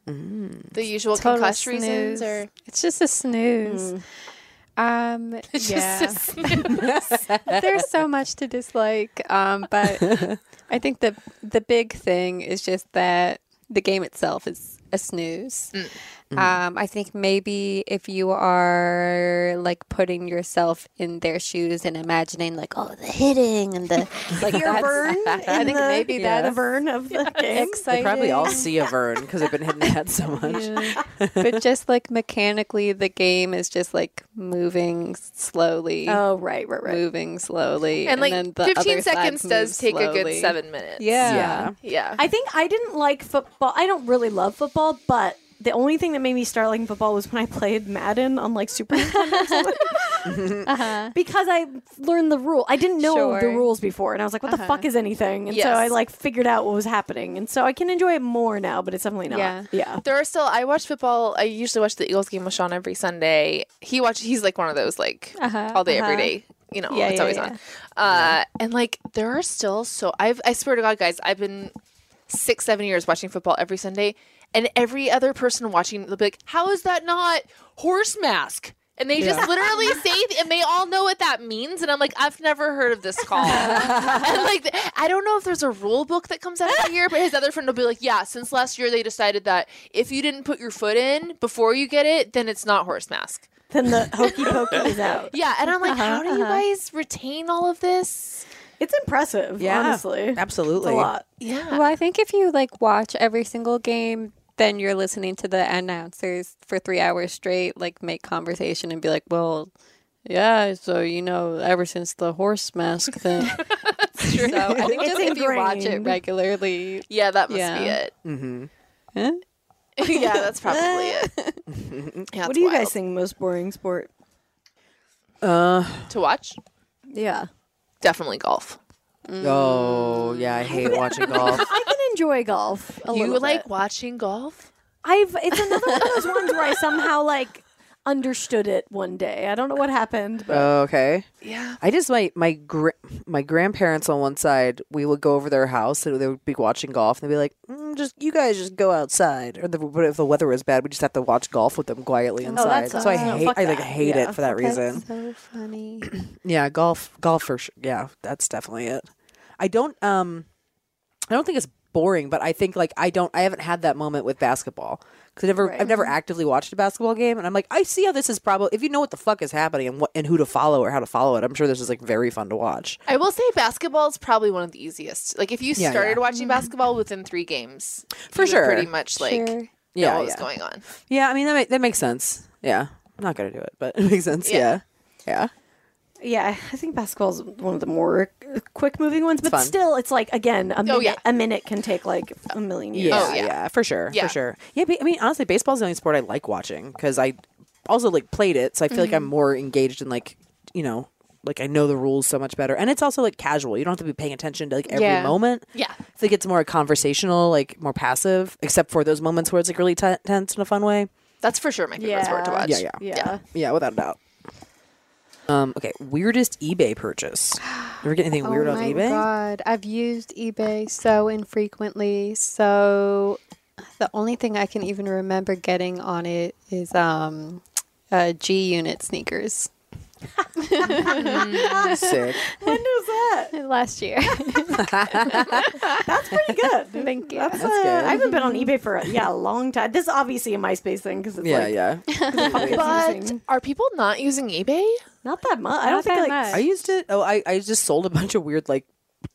The usual
Total
concuss
snooze.
reasons, or Hmm.
It's just a snooze.
*laughs*
Um, yeah.
just a
*laughs* There's so much to dislike, um, but
*laughs*
I think the the big thing is just that the game itself is a snooze.
Mm.
Um, I think maybe if you are like putting yourself in their shoes and imagining like, oh, the hitting
*laughs*
and the like, that's, *laughs* I think maybe
Yeah.
that's
the burn of
*laughs*
the game.
They
exciting.
probably all see a Vern because I've been hitting the
*laughs*
head so much.
Yeah.
*laughs*
but just like mechanically, the game is just like moving slowly.
Oh right, right, right.
Moving slowly,
and like
then the
15
other side
seconds does
moves
take a good
slowly.
seven minutes.
Yeah.
Yeah.
yeah.
I think I didn't like football. I don't really love football, but the only thing that made me start liking football was when I played Madden on like Super Nintendo or something. because I learned the rule. I didn't know the
Sure.
rules before, and I was like, "What the fuck is anything?" And so
Yes.
I like figured out what was happening, and so I can enjoy it more now. But it's definitely not.
Yeah.
yeah.
There are still. I watch football. I usually watch the Eagles game with Sean every Sunday. He watch. He's like one of those like all day every day. You know,
Yeah,
it's
yeah,
always
yeah.
on. Uh, and like there are still so. I've. I swear to God, guys, I've been six, seven years watching football every Sunday, and every other person watching, they'll be like, "How is that not horse mask?" And they just
*laughs*
literally say, th- and they all know what that means. And I'm like, I've never heard of this
*laughs*
call. and like, th- I don't know if there's a rule book that comes out every year, but his other friend will be like, yeah, since last year they decided that if you didn't put your foot in before you get it, then it's not horse mask.
Then the hokey pokey is out.
*laughs* Yeah. And I'm like,
Uh-huh,
how do you guys retain all of this?
It's impressive.
Yeah.
honestly, it's
Absolutely.
a lot.
Yeah.
Well, I think if you like watch every single game, then you're listening to the announcers for three hours straight, like make conversation and be like, well, yeah, so you know, ever since the horse
*laughs*
mask thing. *laughs* So I think
It's
just if you watch it
ingrained.
regularly,
Yeah, that must be
Yeah.
it. *laughs*
Mm-hmm.
yeah, that's probably
*laughs*
it. Yeah,
What
it's
do you
wild.
guys think most boring sport?
Uh,
to watch?
Yeah.
Definitely golf.
oh yeah, I hate
*laughs*
watching golf.
I can enjoy golf a
you
little
like
bit.
watching golf?
I've it's another one of those ones where I somehow like understood it one day. I don't know what happened, but
okay.
Yeah.
I just my my gra- my grandparents on one side, we would go over their house and they would be watching golf and they'd be like, mm, "Just you guys just go outside." Or the, but if the weather was bad, we just have to watch golf with them quietly inside.
that's-
so I
oh,
hate
fuck
I like
that.
hate
Yeah,
it for that reason.
So funny.
*clears throat* Yeah, golf golf for sure. Yeah, that's definitely it. I don't um I don't think it's boring, but I think like I don't I haven't had that moment with basketball cuz I never I've never
Mm-hmm.
actively watched a basketball game and I'm like I see how this is probably if you know what the fuck is happening and what and who to follow or how to follow it. I'm sure this is like very fun to watch.
I will say basketball is probably one of the easiest. Like if you
Yeah,
started
yeah.
watching basketball within three games,
For
you would
sure.
pretty much like know
Yeah,
what was
yeah.
going on.
Yeah, I mean that ma- that makes sense. Yeah. I'm not going to do it, but *laughs* it makes sense.
Yeah.
Yeah. Yeah.
yeah, I think basketball's one of the more quick moving ones, but
fun.
still it's like again, a minute
Oh, yeah.
a minute can take like a million years.
Yeah,
Oh, yeah.
yeah, for sure,
Yeah.
for sure. Yeah, but, I mean, honestly, baseball's the only sport I like watching because I also like played it, so I feel like
Mm-hmm.
I'm more engaged in like you know, like I know the rules so much better, and it's also like casual. You don't have to be paying attention to like every
Yeah.
moment.
Yeah.
I think it's more conversational, like more passive, except for those moments where it's like really t- tense in a fun way.
That's for sure my favorite sport to
Yeah.
watch.
Yeah, yeah,
Yeah.
yeah, without a doubt. Um, okay, weirdest eBay purchase. Ever get anything weird
oh
on
my
eBay?
god, I've used eBay so infrequently. So the only thing I can even remember getting on it is um, uh, G Unit sneakers
*laughs*
Sick.
*laughs* When was that?
last year.
Pretty good.
*laughs* *laughs* Thank you.
That's,
*laughs* That's
uh,
good.
I haven't been on eBay for yeah a long time. This is obviously a MySpace thing because it's
Yeah,
like
yeah.
*laughs*
But
Using-
are people not using eBay?
not that much. I don't
Not
think I,
that
like
much.
I used it. Oh, I, I just sold a bunch of weird like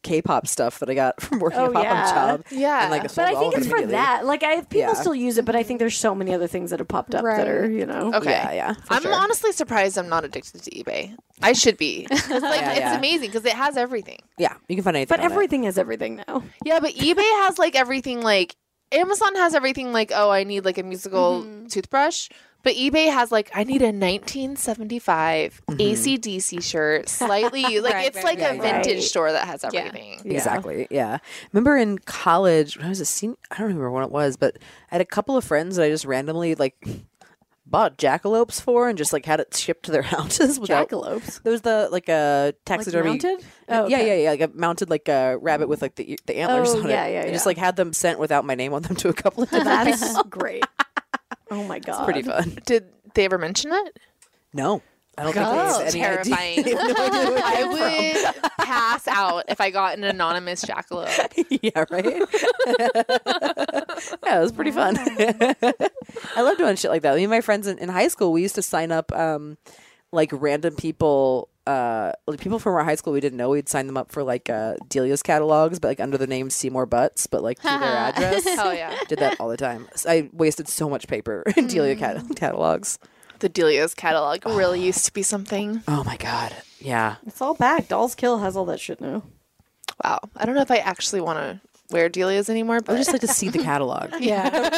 K-pop stuff that I got from working
Oh,
a pop-up
yeah.
job.
Yeah.
and, like,
But
sold
I
all
think
of
it's
them
for
immediately.
that. Like, I people
Yeah.
still use it, but I think there's so many other things that have popped up that are,
Right.
you know.
Okay.
Yeah, yeah. for
I'm
sure.
honestly surprised I'm not addicted to eBay. I should
*laughs*
be. 'Cause, like
Yeah,
it's
yeah.
amazing because it has everything.
Yeah, you can find anything.
But
on it.
everything has everything now.
Yeah, but eBay has like everything like Amazon has everything like oh I need like a musical toothbrush, but eBay has like I need a 1975 ACDC shirt, slightly *laughs* like
Right,
it's
right,
like a
right,
right.
vintage store that has
Yeah.
everything.
Exactly. Yeah. Remember in college when I was a senior, I don't remember when it was, but I had a couple of friends that I just randomly like bought jackalopes for and just like had it shipped to their *laughs* houses without
Jackalopes.
There was the like a taxidermy
mounted?
Uh,
Oh,
yeah,
okay.
*laughs* yeah, yeah. Like a mounted like a rabbit with like the the antlers
Oh,
on
yeah,
it.
yeah,
I just
yeah.
like had them sent without my name on them to
*laughs*
a couple of different.
That is great. Oh my god.
pretty fun.
Did they ever mention it?
No. I don't think they
God.
have any
Oh, *laughs* Terrifying.
idea. They have no idea where
I would pass out if I got an anonymous *laughs* jackalope.
it- *laughs* yeah, right? yeah, it was pretty fun. *laughs* I love doing shit like that. Me and my friends in, in high school, we used to sign up um, like random people. Uh, like people from our high school we didn't know we'd sign them up for like uh, Delia's catalogs, but like under the name Seymour Butts, but like through
*laughs*
their address.
Hell Oh, yeah.
Did that all the time. So I wasted so much paper *laughs* in
Mm.
Delia cat- catalogs.
The Delia's catalog really used to be something.
Oh my god, yeah.
It's all back. Dolls Kill has all that shit now.
Wow. I don't know if I actually want to wear Delia's anymore,
I
but
would
*laughs*
just like to see the catalog.
yeah.
The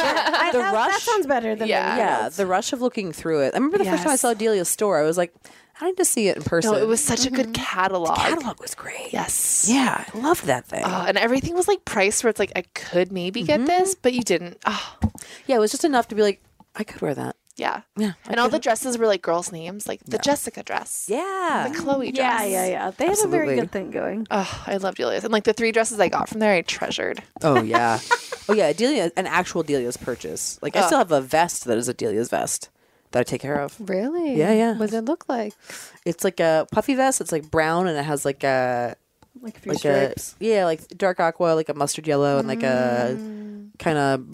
that,
rush.
That sounds better than
Yeah.
anything
Yeah,
else.
the rush of looking through it. I remember the first time I
Yes.
saw Delia's store, I was like, I need to see it in person.
No, it was such a good catalog.
catalog was great.
Yes.
Yeah, I love that thing.
Oh, and everything was like priced where it's like I could maybe get this, but you didn't. Oh,
yeah, it was just enough to be like, I could wear that.
yeah.
Yeah, I
and all the dresses were like girls' names, like the Jessica dress,
Yeah.
the Chloe dress.
yeah, yeah, yeah. They have a very
Absolutely.
good thing going.
Oh, I loved Delia's. And like the three dresses I got from there, I treasured.
*laughs* Oh yeah. oh yeah, Delia, an actual Delia's purchase. Like I still have a vest that is a Delia's vest that I take care of.
Really?
Yeah, yeah.
What does it look like?
It's like a puffy vest. It's like brown and it has like a
Like a few
like
stripes.
a yeah, like dark aqua, like a mustard yellow, and like a kind of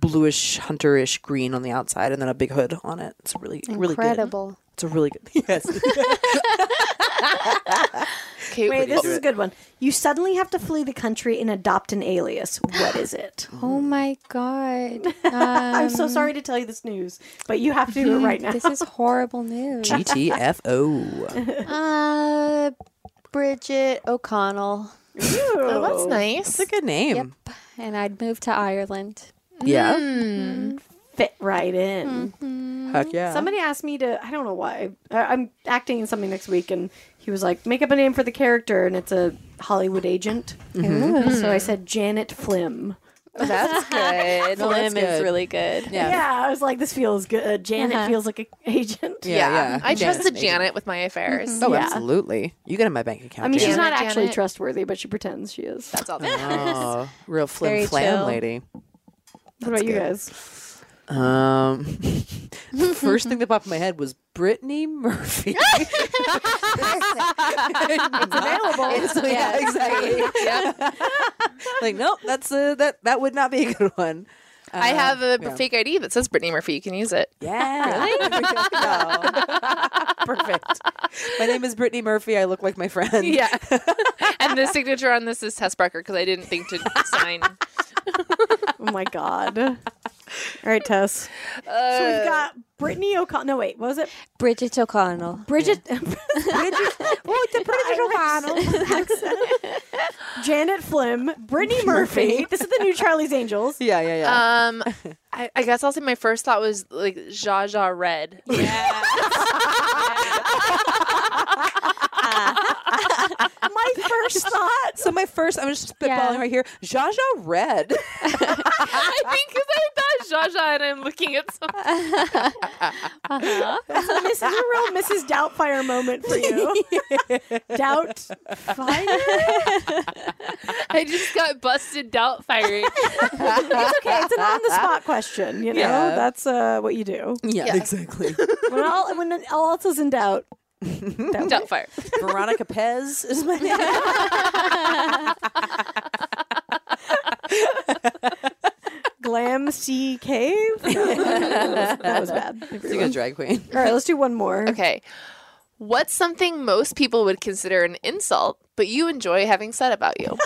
bluish hunterish green on the outside, and then a big hood on it. It's really really good.
Incredible.
It's a really good. *laughs* Yes.
Okay,
Wait, this is a good one. You suddenly have to flee the country and adopt an alias. What is it?
Mm.
Oh my god. *laughs* Uh,
I'm so sorry to tell you this news, but you have to do it right now.
This is horrible news.
GTFO.
Uh, Bridget O'Connell.
oh, that's nice.
It's a good name.
And I'd move to Ireland.
Yeah.
*laughs* fit right in.
Heck yeah.
Somebody asked me to, I don't know why. I, I'm acting in something next week, and he was like, make up a name for the character, and it's a Hollywood agent. So I said, Janet Flim.
*laughs* That's good.
No, that's
Lim is
good.
really good.
Yeah.
Yeah, I was like, this feels good. Janet feels like an *laughs* agent.
Yeah. yeah.
I trust the
Janet's amazing.
Janet with my affairs.
Oh,
Yeah.
absolutely. You get in my bank account.
I mean,
*laughs*
she's
Janet.
not actually
Janet.
trustworthy, but she pretends she is.
That's all that
Oh, real flim
Very
flam
chill.
lady.
what about you guys?
Um, first thing that popped in my head was Brittany Murphy. *laughs* *laughs*
Available.
yeah, exactly. *laughs* like, nope, that's uh, that. That would not be a good one.
I have a
yeah.
fake ID that says Brittany Murphy. You can use it.
Yeah. *laughs* No. Perfect. My name is Brittany Murphy. I look like my friend.
Yeah. *laughs* and the signature on this is Tess Barker because I didn't *laughs* think to sign.
Oh my god. All right, Tess. so we've got Brittany O'Connell. No, wait, what was it?
Bridget O'Connell.
Bridget.
*laughs*
Bridget. Well, it's a *laughs* Bridget O'Connell *laughs* accent. Janet Flynn, Brittany Murphy. This is the new Charlie's Angels.
*laughs* Yeah. Yeah. Yeah.
Um, I, I guess I'll say my first thought was like Zsa Zsa *laughs* Red.
*laughs*
My first thought.
so my first, I'm just spitballing
Yeah.
right here. Zsa Zsa Red. *laughs*
I think because I thought Zsa Zsa and I'm looking at something.
*laughs* This is a real Mrs. Doubtfire moment for you. Doubtfire?
I just got busted doubt firing.
It's okay. It's an on the spot question. You know,
Yeah.
that's uh, what you do.
Yeah. Exactly.
When all, when all else is in doubt.
*laughs*
*laughs*
doubt fire.
Veronica Pez is my name.
Glam C Cave? *laughs* that was bad.
She's a drag queen.
All right, let's do one more.
Okay. What's something most people would consider an insult, but you enjoy having said about *laughs* you?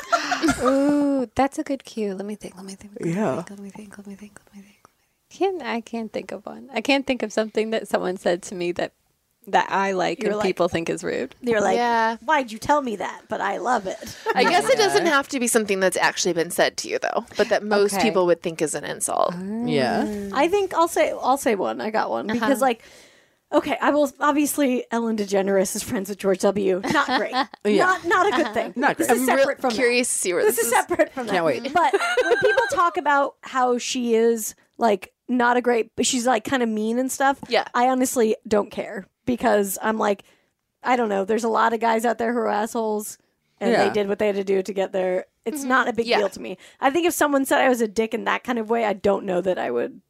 Ooh, that's a good cue. Let me think. Let me think. Let me
Yeah.
think, Let me think. Let me think. Let me think. Let me think. Can't I can't think of one. I can't think of something that someone said to me that that I like
You're
and
like-
people think is rude.
They're like,
Yeah.
why'd you tell me that? But I love it.
I guess it doesn't have to be something that's actually been said to you, though, but that most
Okay.
people would think is an insult.
Mm. Yeah.
I think I'll say I'll say one. I got one because like, okay, I will obviously Ellen DeGeneres is friends with George W. Not great. Not not a good thing.
Not
This
great.
is
I'm real
separate from that.
curious to see where
This
this,
is separate from that.
Can't wait.
But when people talk about how she is like not a great, but she's like kind of mean and stuff.
Yeah.
I honestly don't care because I'm like, I don't know. There's a lot of guys out there who are assholes, and
Yeah.
they did what they had to do to get there. It's not a big
Mm-hmm. Yeah.
deal to me. I think if someone said I was a dick in that kind of way, I don't know that I would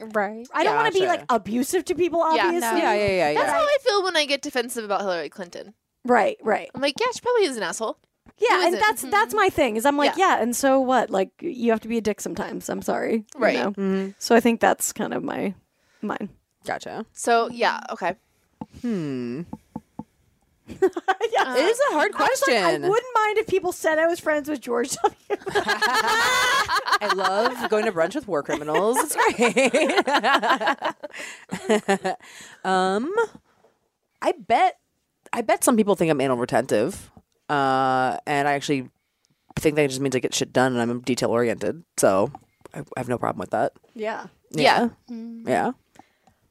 Right.
I don't want to be
Gotcha.
like abusive to people,
Yeah,
obviously.
no.
Yeah. Yeah. Yeah.
That's
Yeah.
how I feel when I get defensive about Hillary Clinton.
Right, right.
I'm like, yeah, she probably is an asshole.
Yeah,
Who
and
isn't?
that's that's my thing. Is I'm like, yeah. and so what? Like you have to be a dick sometimes. I'm sorry. you
Right.
know? So I think that's kind of my mine.
Gotcha.
So yeah, okay.
*laughs* yeah.
It is a hard
It's like, Uh, I
question.
wouldn't mind if people said I was friends with George *laughs* W.
I love going to brunch with war criminals. It's great. *laughs* um, I bet, I bet some people think I'm anal retentive, uh, and I actually think that just means I get shit done and I'm detail oriented. So I, I have no problem with that.
yeah.
Yeah. Mm. *laughs*
Yeah.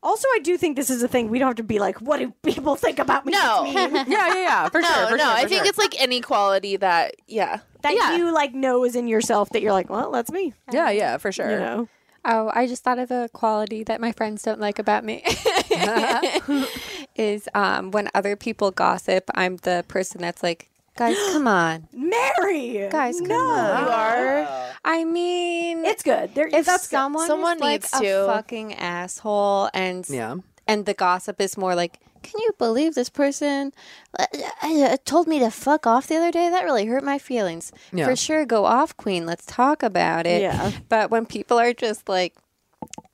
Also, I do think this is a thing. We don't have to be like, what do people think about me?
No.
It's mean.
Yeah. Yeah. Yeah. For
*laughs* No,
sure.
no, I think it's like any quality that yeah.
that
yeah.
you like know is in yourself that you're like, well, that's me.
Yeah. Yeah. For sure.
You know.
Oh, I just thought of a quality that my friends don't like about me. *laughs* is um, when other people gossip, I'm the person that's like, guys, come on,
Mary.
guys, come
no.
on.
You are
I mean,
It's good. There,
if
that's good.
someone
Someone
is like
needs
a
to.
fucking asshole and
Yeah.
and the gossip is more like can you believe this person uh, uh, told me to fuck off the other day that really hurt my feelings
Yeah.
for sure go off queen let's talk about it
Yeah.
but when people are just like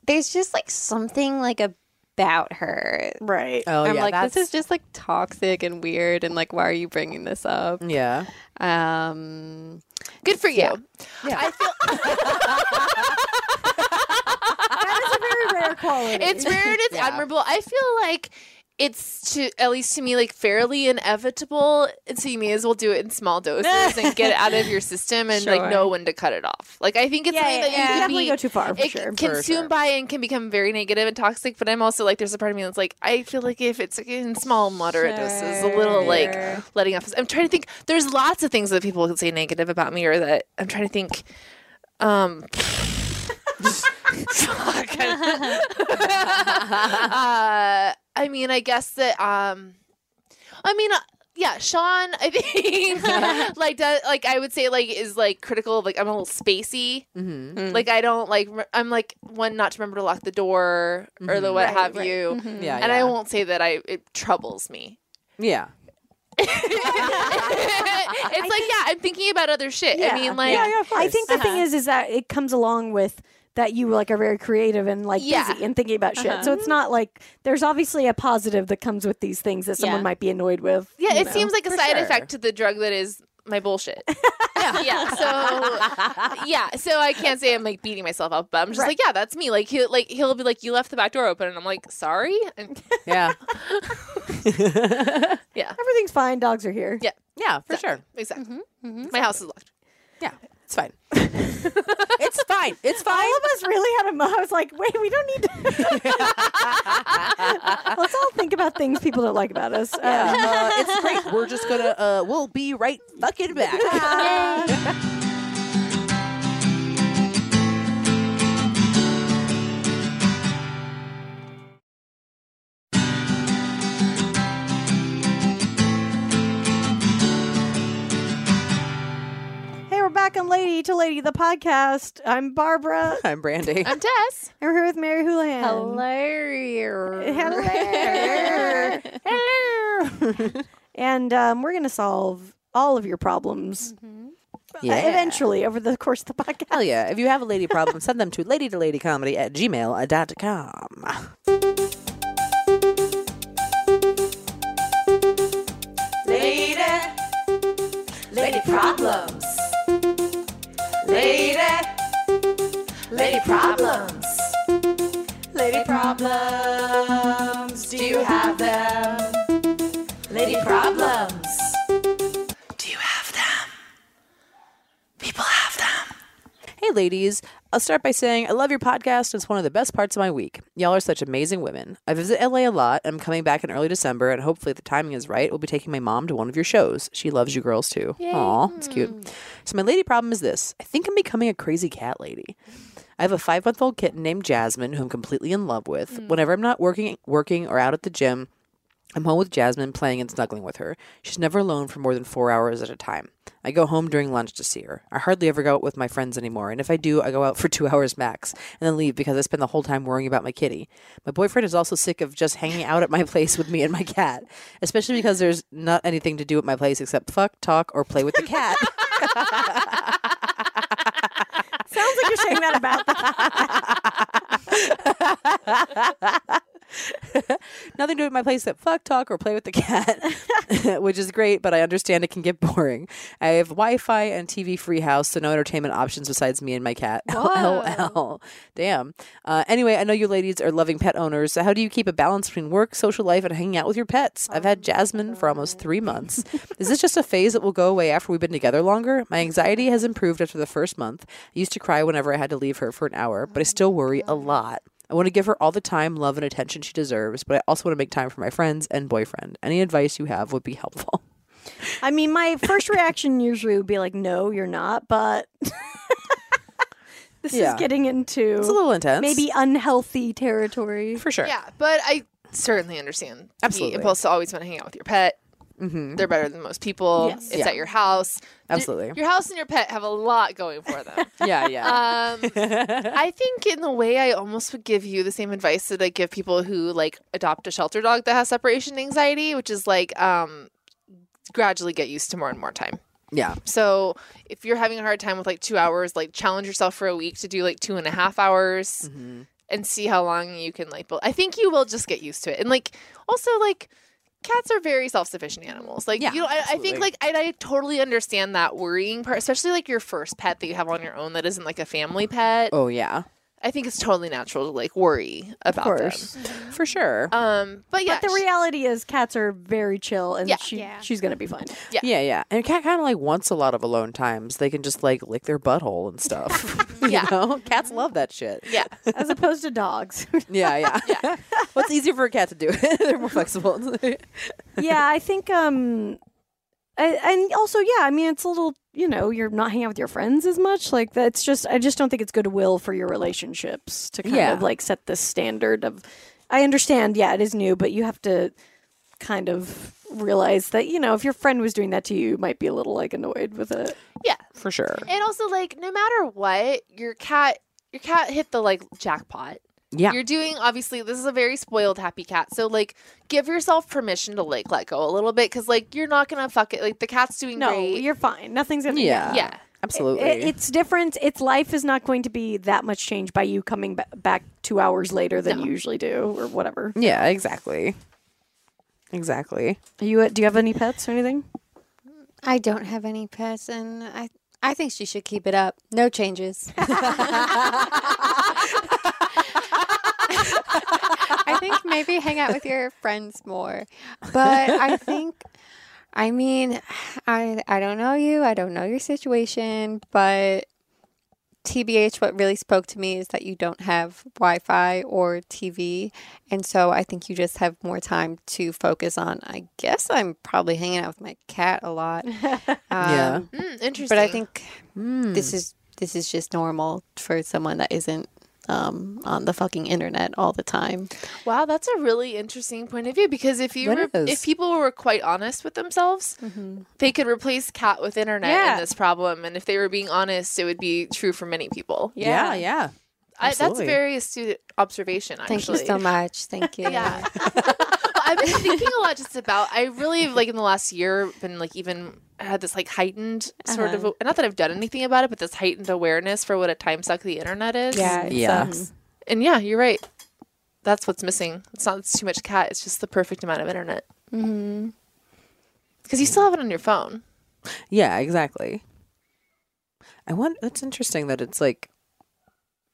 there's just like something like about her
*laughs* Right.
Oh
i'm
yeah.
like
that's,
this is just like toxic and weird and like why are you bringing this up
*laughs* yeah.
um
good for you. I feel
That is a very rare quality.
it's rare and it's admirable. I feel like it's to at least to me like fairly inevitable, and so you may as well do it in small doses and get it out of your system and
Sure.
like know when to cut it off. Like I think it's
Yeah,
something
yeah,
that
yeah.
you
You
can
definitely
be,
go too far, for
it
sure.
consumed by and can become very negative and toxic. But I'm also like, there's a part of me that's like, I feel like if it's in small, moderate doses, a little like
Sure.
letting off. I'm trying to think. There's lots of things that people can say negative about me, or that I'm trying to think. Um, *laughs* fuck. *laughs* uh, I mean, I guess that. Um, I mean. Uh, yeah, Sean, I
*laughs*
think like does, like I would say like is like critical. Of, like I'm a little spacey.
Mm-hmm.
Like I don't like rem- I'm like one not to remember to lock the door or
Mm-hmm.
the what have you.
Yeah,
Mm. And
Mm-hmm. yeah.
I won't say that I it troubles me.
Yeah.
*laughs* it's like yeah, I'm thinking about other shit.
Yeah.
I mean like Uh-huh.
yeah, yeah, of course.
I think the thing is, is that it comes along with that you like are very creative and like
Yeah. Uh-huh.
busy and thinking about shit. So it's not like there's obviously a positive that comes with these things that someone
Yeah.
might be annoyed with.
Yeah,
you
it
know.
seems like a
For
side
sure.
effect to the drug that is
*laughs*
my bullshit. yeah. *laughs* So yeah, so I can't say I'm like beating myself up, but I'm just like, yeah, that's me. Like he'll like he'll be like, You left the back door open and I'm like, sorry?
*laughs*
And *laughs*
yeah.
yeah.
everything's fine. Dogs are here.
Yeah.
Yeah, for sure.
Exactly. My house is locked.
Yeah. It's
*laughs*
fine. it's fine. It's fine.
All of us really had a mo. I was like, wait, we don't need
*laughs*
to. *laughs* Let's all think about things people don't like about us.
Yeah,
Um,
uh, it's great. We're just gonna uh, we'll be right fucking
*laughs*
back.
hey, we're back on Lady to Lady, the podcast. I'm Barbara,
I'm Brandy.
I'm Tess.
and we're here with Mary Houlihan.
Hello.
Hello.
*laughs*
And um, we're going to solve all of your problems uh, eventually over the course of the podcast.
Hell yeah. If you have a lady problem, send them to lady to lady comedy at gmail.com. Hey, ladies. I'll start by saying I love your podcast. It's one of the best parts of my week. Y'all are such amazing women. I visit LA a lot. and I'm coming back in early December, and hopefully, if the timing is right, we'll be taking my mom to one of your shows. She loves you girls too. Aw, it's cute. So, my lady problem is this I think I'm becoming a crazy cat lady. I have a five month old kitten named Jasmine, who I'm completely in love with. Whenever I'm not working, working or out at the gym, I'm home with Jasmine playing and snuggling with her. She's never alone for more than four hours at a time. I go home during lunch to see her. I hardly ever go out with my friends anymore, and if I do, I go out for two *laughs* hours max and then leave because I spend the whole time worrying about my kitty. My boyfriend is also sick of just hanging out at my *laughs* place with me and my cat, especially because there's not anything to do at my place except fuck, talk, or play with the cat.
Sounds like you're saying that
*laughs*
about the
nothing to do with my place except fuck talk or play with the cat, *laughs* which is great, but I understand it can get boring. I have Wi Fi and TV free house, so no entertainment options besides me and my cat. *laughs* LOL. Damn. Uh, anyway, I know you ladies are loving pet owners, so how do you keep a balance between work, social life, and hanging out with your pets? I've had Jasmine for almost three months. is this just a phase that will go away after we've been together longer? My anxiety has improved after the first month. I used to cry whenever I had to leave her for an hour, but I still worry a lot. I want to give her all the time, love, and attention she deserves, but I also want to make time for my friends and boyfriend. Any advice you have would be helpful. *laughs*
I mean, my first reaction usually would be like, no, you're not, but *laughs* this
Yeah.
is getting into
It's a little intense.
maybe unhealthy territory.
For sure.
Yeah, but I
*laughs*
certainly understand.
Absolutely.
The impulse to always want to hang out with your pet. They're better than most people.
Yes.
It's
Yeah.
at your house. Your-
Absolutely.
*laughs* Your house and your pet have a lot going for them.
Yeah, yeah.
Um, I think in the way I almost would give you the same advice that I give people who like adopt a shelter dog that has separation anxiety, which is like um, gradually get used to more and more time.
yeah.
So if you're having a hard time with like two hours, like challenge yourself for a week to do like two and a half hours
Mm-hmm.
and see how long you can like build. I think you will just get used to it. And like also like cats are very self-sufficient animals. Like
Yeah,
you know, I, I think
absolutely.
like I, I totally understand that worrying part, especially like your first pet that you have on your own that isn't like a family pet.
Oh, yeah.
I think it's totally natural to like worry about
course. for sure.
them. Um, but yeah,
But the
she-
reality is, cats are very chill, and
Yeah.
she
Yeah.
she's gonna be
*laughs*
fine.
Yeah.
yeah, yeah. And a cat kind of like wants a lot of alone times. They can just like lick their butthole and stuff. *laughs*
Yeah.
You know? Cats love that shit.
yeah,
As opposed to dogs. *laughs*
Yeah, yeah. *laughs* yeah. well, it's easier for a cat to do *laughs* it. They're more flexible. *laughs*
yeah, I think. Um, I, and also, yeah, I mean, it's a little, you know, you're not hanging out with your friends as much. Like that's just, I just don't think it's goodwill for your relationships to kind
Yeah.
of like set this standard of. I understand, yeah, it is new, but you have to kind of realize that you know if your friend was doing that to you, you might be a little like annoyed with it.
yeah.
for sure.
And also, like, no matter what, your cat, your cat hit the like jackpot.
Yeah.
You're doing obviously this is a very spoiled happy cat. So like give yourself permission to like let go a little bit cuz like you're not going to fuck it. Like the cat's doing
No,
great.
you're fine. Nothing's gonna.
yeah.
Yeah.
Absolutely.
It, it's different. Its life is not going to be that much changed by you coming ba- back two hours later than you usually do, or whatever.
yeah, exactly. Exactly.
Are you? uh, Do you have any pets or anything?
I don't have any pets, and I I think she should keep it up. No changes. I think maybe hang out with your friends more, but I think. I mean, I I don't know you. I don't know your situation, but TBH what really spoke to me is that you don't have Wi-Fi or TV, and so I think you just have more time to focus on. I guess I'm probably hanging out with my cat a lot.
Yeah.
Um,
Mm, interesting.
But I think this is this is just normal for someone that isn't um, on the fucking internet all the time.
wow, that's a really interesting point of view because if you
It
were,
is.
if people were quite honest with themselves, they could replace cat with internet
Yeah.
in this problem and if they were being honest, it would be true for many people.
Yeah, yeah.
I, that's a
absolutely.
very astute observation actually.
Thank you so much. Thank you.
Yeah. Well, *laughs* I've been thinking a lot just about. I really like in the last year been like even I had this like heightened sort of not that I've done anything about it, but this heightened awareness for what a time suck the internet is.
it
Yeah.
sucks.
and yeah, you're right. That's what's missing. It's not it's too much cat. It's just the perfect amount of internet. Mm-hmm. Because you still have it on your phone.
Yeah, exactly. I want. That's interesting that it's like.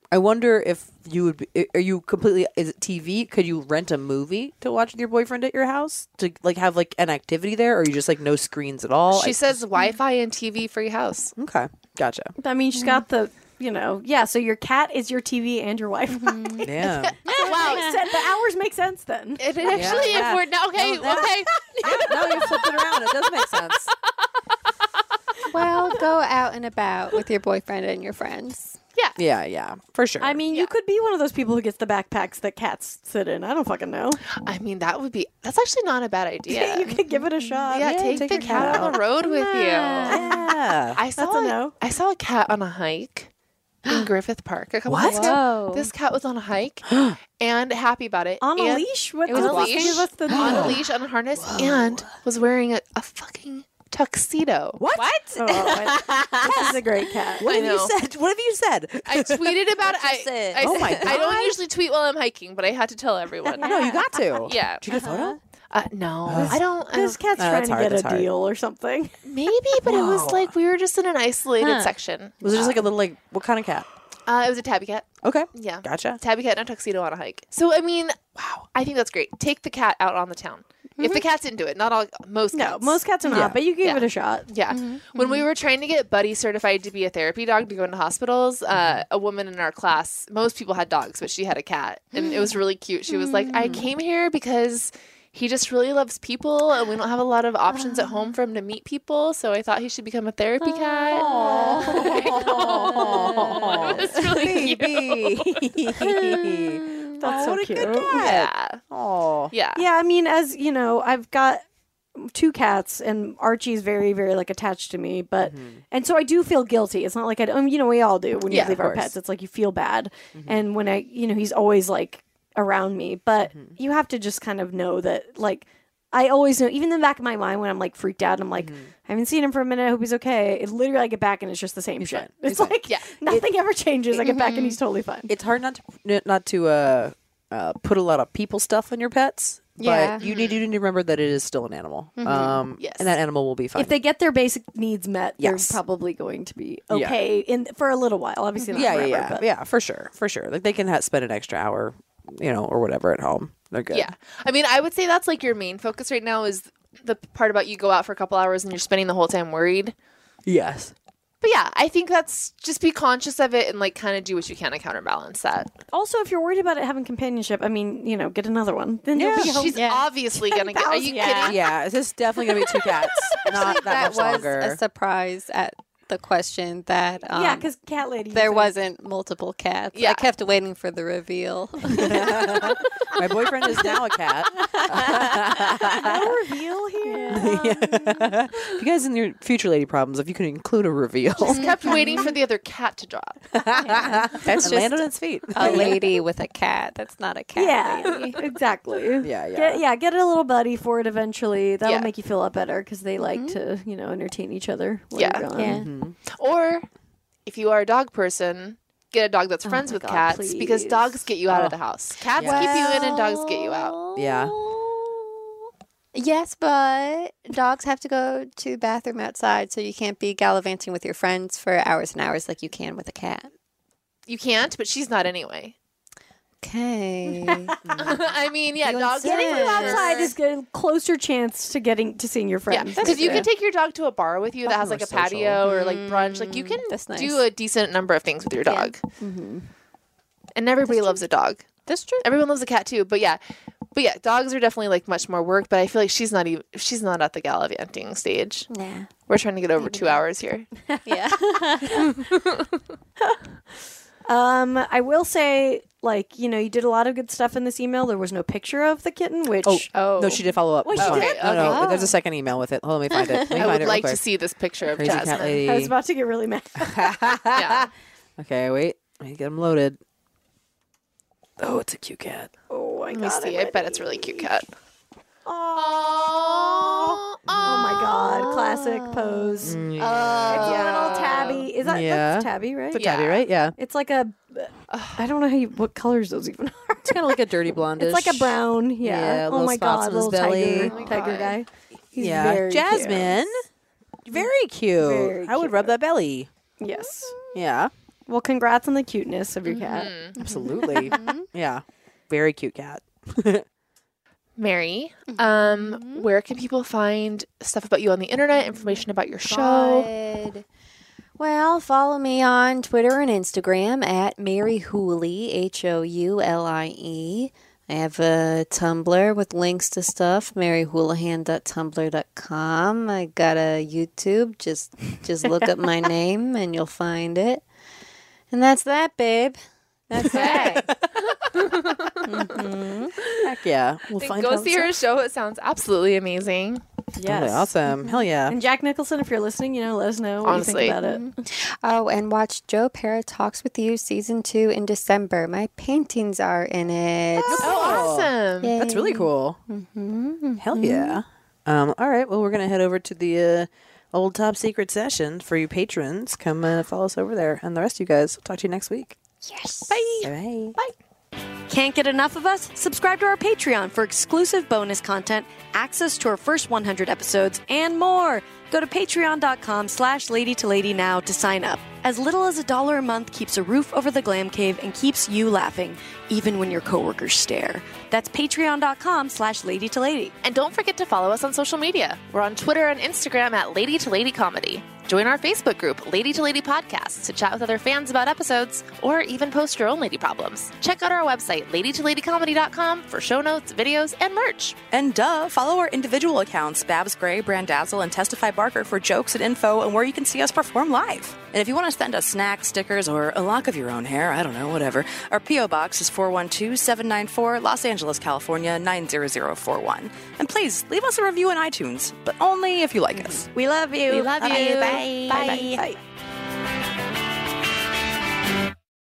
I wonder if you would. Be, i- are you completely? Is it TV? Could you rent a movie to watch with your boyfriend at your house to like have like an activity there, or you just like no screens at all?
she
I-
says Wi-Fi and TV for your house.
okay, gotcha.
I mean, she's got the, you know, yeah. So your cat is your TV and your Wi-Fi. *laughs*
Yeah,
Mm-hmm. wow.
Makes sense. the hours make sense then.
It, it actually, if we're not okay, okay. *laughs*
no, you flipped it around. It does make sense.
Well, go out and about with your boyfriend and your friends.
Yeah, yeah, for sure.
I mean, you could be one of those people who gets the backpacks that cats sit in. I don't fucking know.
I mean, that would be. That's actually not a bad idea.
*laughs* you could give it a shot.
Uh, Yeah, take, the cat on the road with you. *laughs*
yeah,
I saw
That's a no.
I saw a cat on a hike
*gasps*
in Griffith Park a couple
What?
months ago. This cat was on a hike and happy about it.
On a
Oh. and-
leash? What
It was
the
on a
fuck?
leash.
Give us the-
on a leash, on a harness, and was wearing a, a fucking tuxedo.
What? What?
Oh,
*laughs*
I- this is a great cat.
What
I
have
know.
you said? What have you said? *laughs*
I tweeted about it. I,
said.
I,
Oh my
I don't usually tweet while I'm hiking, but I had to tell everyone.
no, you got to.
Yeah.
Did you get a photo?
Uh, no, I don't. I
This
don't-
cat's
No,
trying
that's
to
hard,
get a
that's hard.
deal or something. *laughs*
maybe, but it was like we were just in an isolated section.
Was it just like a little like what kind of cat?
Uh, it was a tabby cat.
Okay.
Yeah.
Gotcha.
Tabby cat in a tuxedo on a hike. So I mean, wow, I think that's great. Take the cat out on the town. If
Mm-hmm.
the cat's into it, not all most
No,
cats.
most cats are not,
Yeah.
but you give
Yeah.
it a shot.
yeah. When we were trying to get Buddy certified to be a therapy dog to go into hospitals, uh, a woman in our class, most people had dogs, but she had a cat, and it was really cute. She was like, "I came here because." He just really loves people, and we don't have a lot of options at home for him to meet people. So I thought he should become a therapy cat. it was really cute.
Baby.
Oh,
That's so cute.
Yeah,
Oh.
yeah,
yeah i mean as you know i've got two cats and archie's very very like attached to me but and so i do feel guilty it's not like i um, you know we all do when
Mm-hmm. Yeah,
you leave
of Mm-hmm.
our pets it's like you feel bad and when i you know he's always like around me but
Mm-hmm.
you have to just kind of know that like I always know, even in the back of my mind, when I'm like freaked out, I'm like,
Mm-hmm.
I haven't seen him for a minute. I hope he's okay. It literally, I get back and it's just the same shit.
fine.
It's
He's fine.
like
Yeah.
*laughs*
Mm-hmm.
nothing ever changes. I get back and he's totally fine.
It's hard not to not to uh, uh, put a lot of people stuff on your pets
Yeah.
But you need you need to remember that it is still an animal. Um,
Yes.
And that animal will be fine.
If they get their basic needs met,
Yes.
they're probably going to be
Yeah.
okay in for a little while. Obviously, not
yeah,
forever,
yeah, yeah,
but-
yeah, for sure, for sure. Like they can ha- spend an extra hour, you know, or whatever at home. They're good.
Yeah. I mean, I would say that's like your main focus right now is the part about you go out for a couple hours and you're spending the whole time worried.
Yes.
But yeah, I think that's just be conscious of it and like kind of do what you can to counterbalance that.
Also, if you're worried about it having companionship, I mean, you know, get another one. Then you'll be home.
She's obviously going to get. Are
10,000,
you
yeah.
kidding?
Yeah. It's just definitely gonna be two cats. Not that,
that
much
was
longer.
*laughs* a surprise at the question that um,
yeah, because cat lady.
there
said-
wasn't multiple cats.
Yeah.
I kept waiting for the reveal.
*laughs* My boyfriend is now a cat.
no
*laughs*
reveal here. Um,
Yeah. if you guys in your future lady problems, if you could include a reveal,
Just kept waiting for the other cat to drop.
that's *laughs* and land on its feet.
*laughs*
a *laughs* lady with a cat. That's not a cat.
*laughs* Yeah,
lady.
exactly.
Yeah, yeah.
Get, yeah, get a little buddy for it eventually. That'll
Yeah.
make you feel a lot better because they like to,
Mm-hmm.
you know, entertain each other. While
Yeah.
you're gone.
Yeah.
Or if you are a dog person, get a dog that's friends with
God,
cats because
please.
dogs get you out
Oh.
of the house. Cats
Yeah.
keep you in and dogs get you out.
Yeah.
Yes, but dogs have to go to the bathroom outside, so you can't be gallivanting with your friends for hours and hours like you can with a cat.
You can't, but she's not anyway.
Okay. *laughs*
I mean, yeah, dogs
Getting
are
you
Outside is a closer chance to getting to seeing your friends.
because you can take your dog to a bar with you that has
more
like a
social.
patio or like brunch. Like you can
that's nice.
do a decent number of things with your dog. And everybody loves a dog.
That's true.
Everyone loves a cat too. But yeah, but yeah, dogs are definitely like much more work. But I feel like she's not even she's not at the gallivanting stage.
Nah.
We're trying to get over two hours here.
Yeah.
Um, I will say, like, you know, you did a lot of good stuff in this email. There was no picture of the kitten, which
Oh,
Oh.
no, she did follow up.
Well, she
Oh,
did?
No, no,
Okay.
there's a second email with it. Hold on, let me find it. Let me
I
find
would
it real
like to
quick.
see this picture of
Crazy cat
Jasmine.
lady.
I was about to get really mad. *laughs*
*laughs*
Yeah.
Okay, wait. I need to get them loaded. Oh, it's a cute cat.
Oh, I
Let me
got
see.
it.
I bet it's a really cute cat.
Oh,
Oh,
oh my god, classic pose. It's a little tabby. Is that
Mm. Yeah.
that's tabby, right?
It's a
Yeah.
tabby, right? Yeah.
It's like a. I don't know how you what colors those even are.
It's kind of like a dirty blondish.
It's like a brown. Yeah.
Yeah,
oh
little
my
spots
god,
on his
little
belly.
tiger,
Oh my
tiger
God.
guy. He's
yeah.
very cute.
Jasmine. Very cute.
Very
I would rub that belly.
Yes.
Yeah.
Well, congrats on the cuteness of your cat.
Hmm.
Absolutely. yeah. Very cute cat. *laughs*
Mary, um, where can people find stuff about you on the internet, information about your show?
God. Well, follow me on Twitter and Instagram at Mary Hooley, H O U L I E. I have a Tumblr with links to stuff, maryhoulihan.tumblr.com. I got a YouTube. Just just look up my name and you'll find it. And that's that, babe. That's that.
Heck yeah. We'll
Then
find
Go
out
see her show. It sounds absolutely amazing.
Mm-hmm. Totally
Mm-hmm.
awesome. Hell yeah.
And Jack Nicholson, if you're listening, you know, let us know what
Honestly.
you think about it.
Oh, and watch Joe Para Talks with You season two in December. My paintings are in it.
Awesome.
Oh, That's really cool. Hell yeah. Um, all right. Well, we're going to head over to the uh, old top secret session for you patrons. Come uh, follow us over there. And the rest of you guys, we'll talk to you next week. Yes. Bye. Bye.
Can't get enough of us? Subscribe to our Patreon for exclusive bonus content, access to our first 100 episodes, and more. Go to patreon.com slash lady to lady now to sign up. As little as a dollar a month keeps a roof over the glam cave and keeps you laughing, even when your coworkers stare. That's patreon.com slash lady to lady.
And don't forget to follow us on social media. We're on Twitter and Instagram at Lady to Lady Comedy. Join our Facebook group, Lady to Lady Podcast, to chat with other fans about episodes or even post your own lady problems. Check out our website, ladytoladycomedy.com, for show notes, videos, and merch.
And duh, follow our individual accounts, Babs Gray, Brandazzle, and Testify Barker for jokes and info and where you can see us perform live. And if you want to send us snacks, stickers, or a lock of your own hair, I don't know, whatever, our P.O. Box is 412-794 Los Angeles, California, 90041. And please, leave us a review on iTunes, but only if you like us.
We love you.
We love you.
Bye. Bye. Bye.
Bye.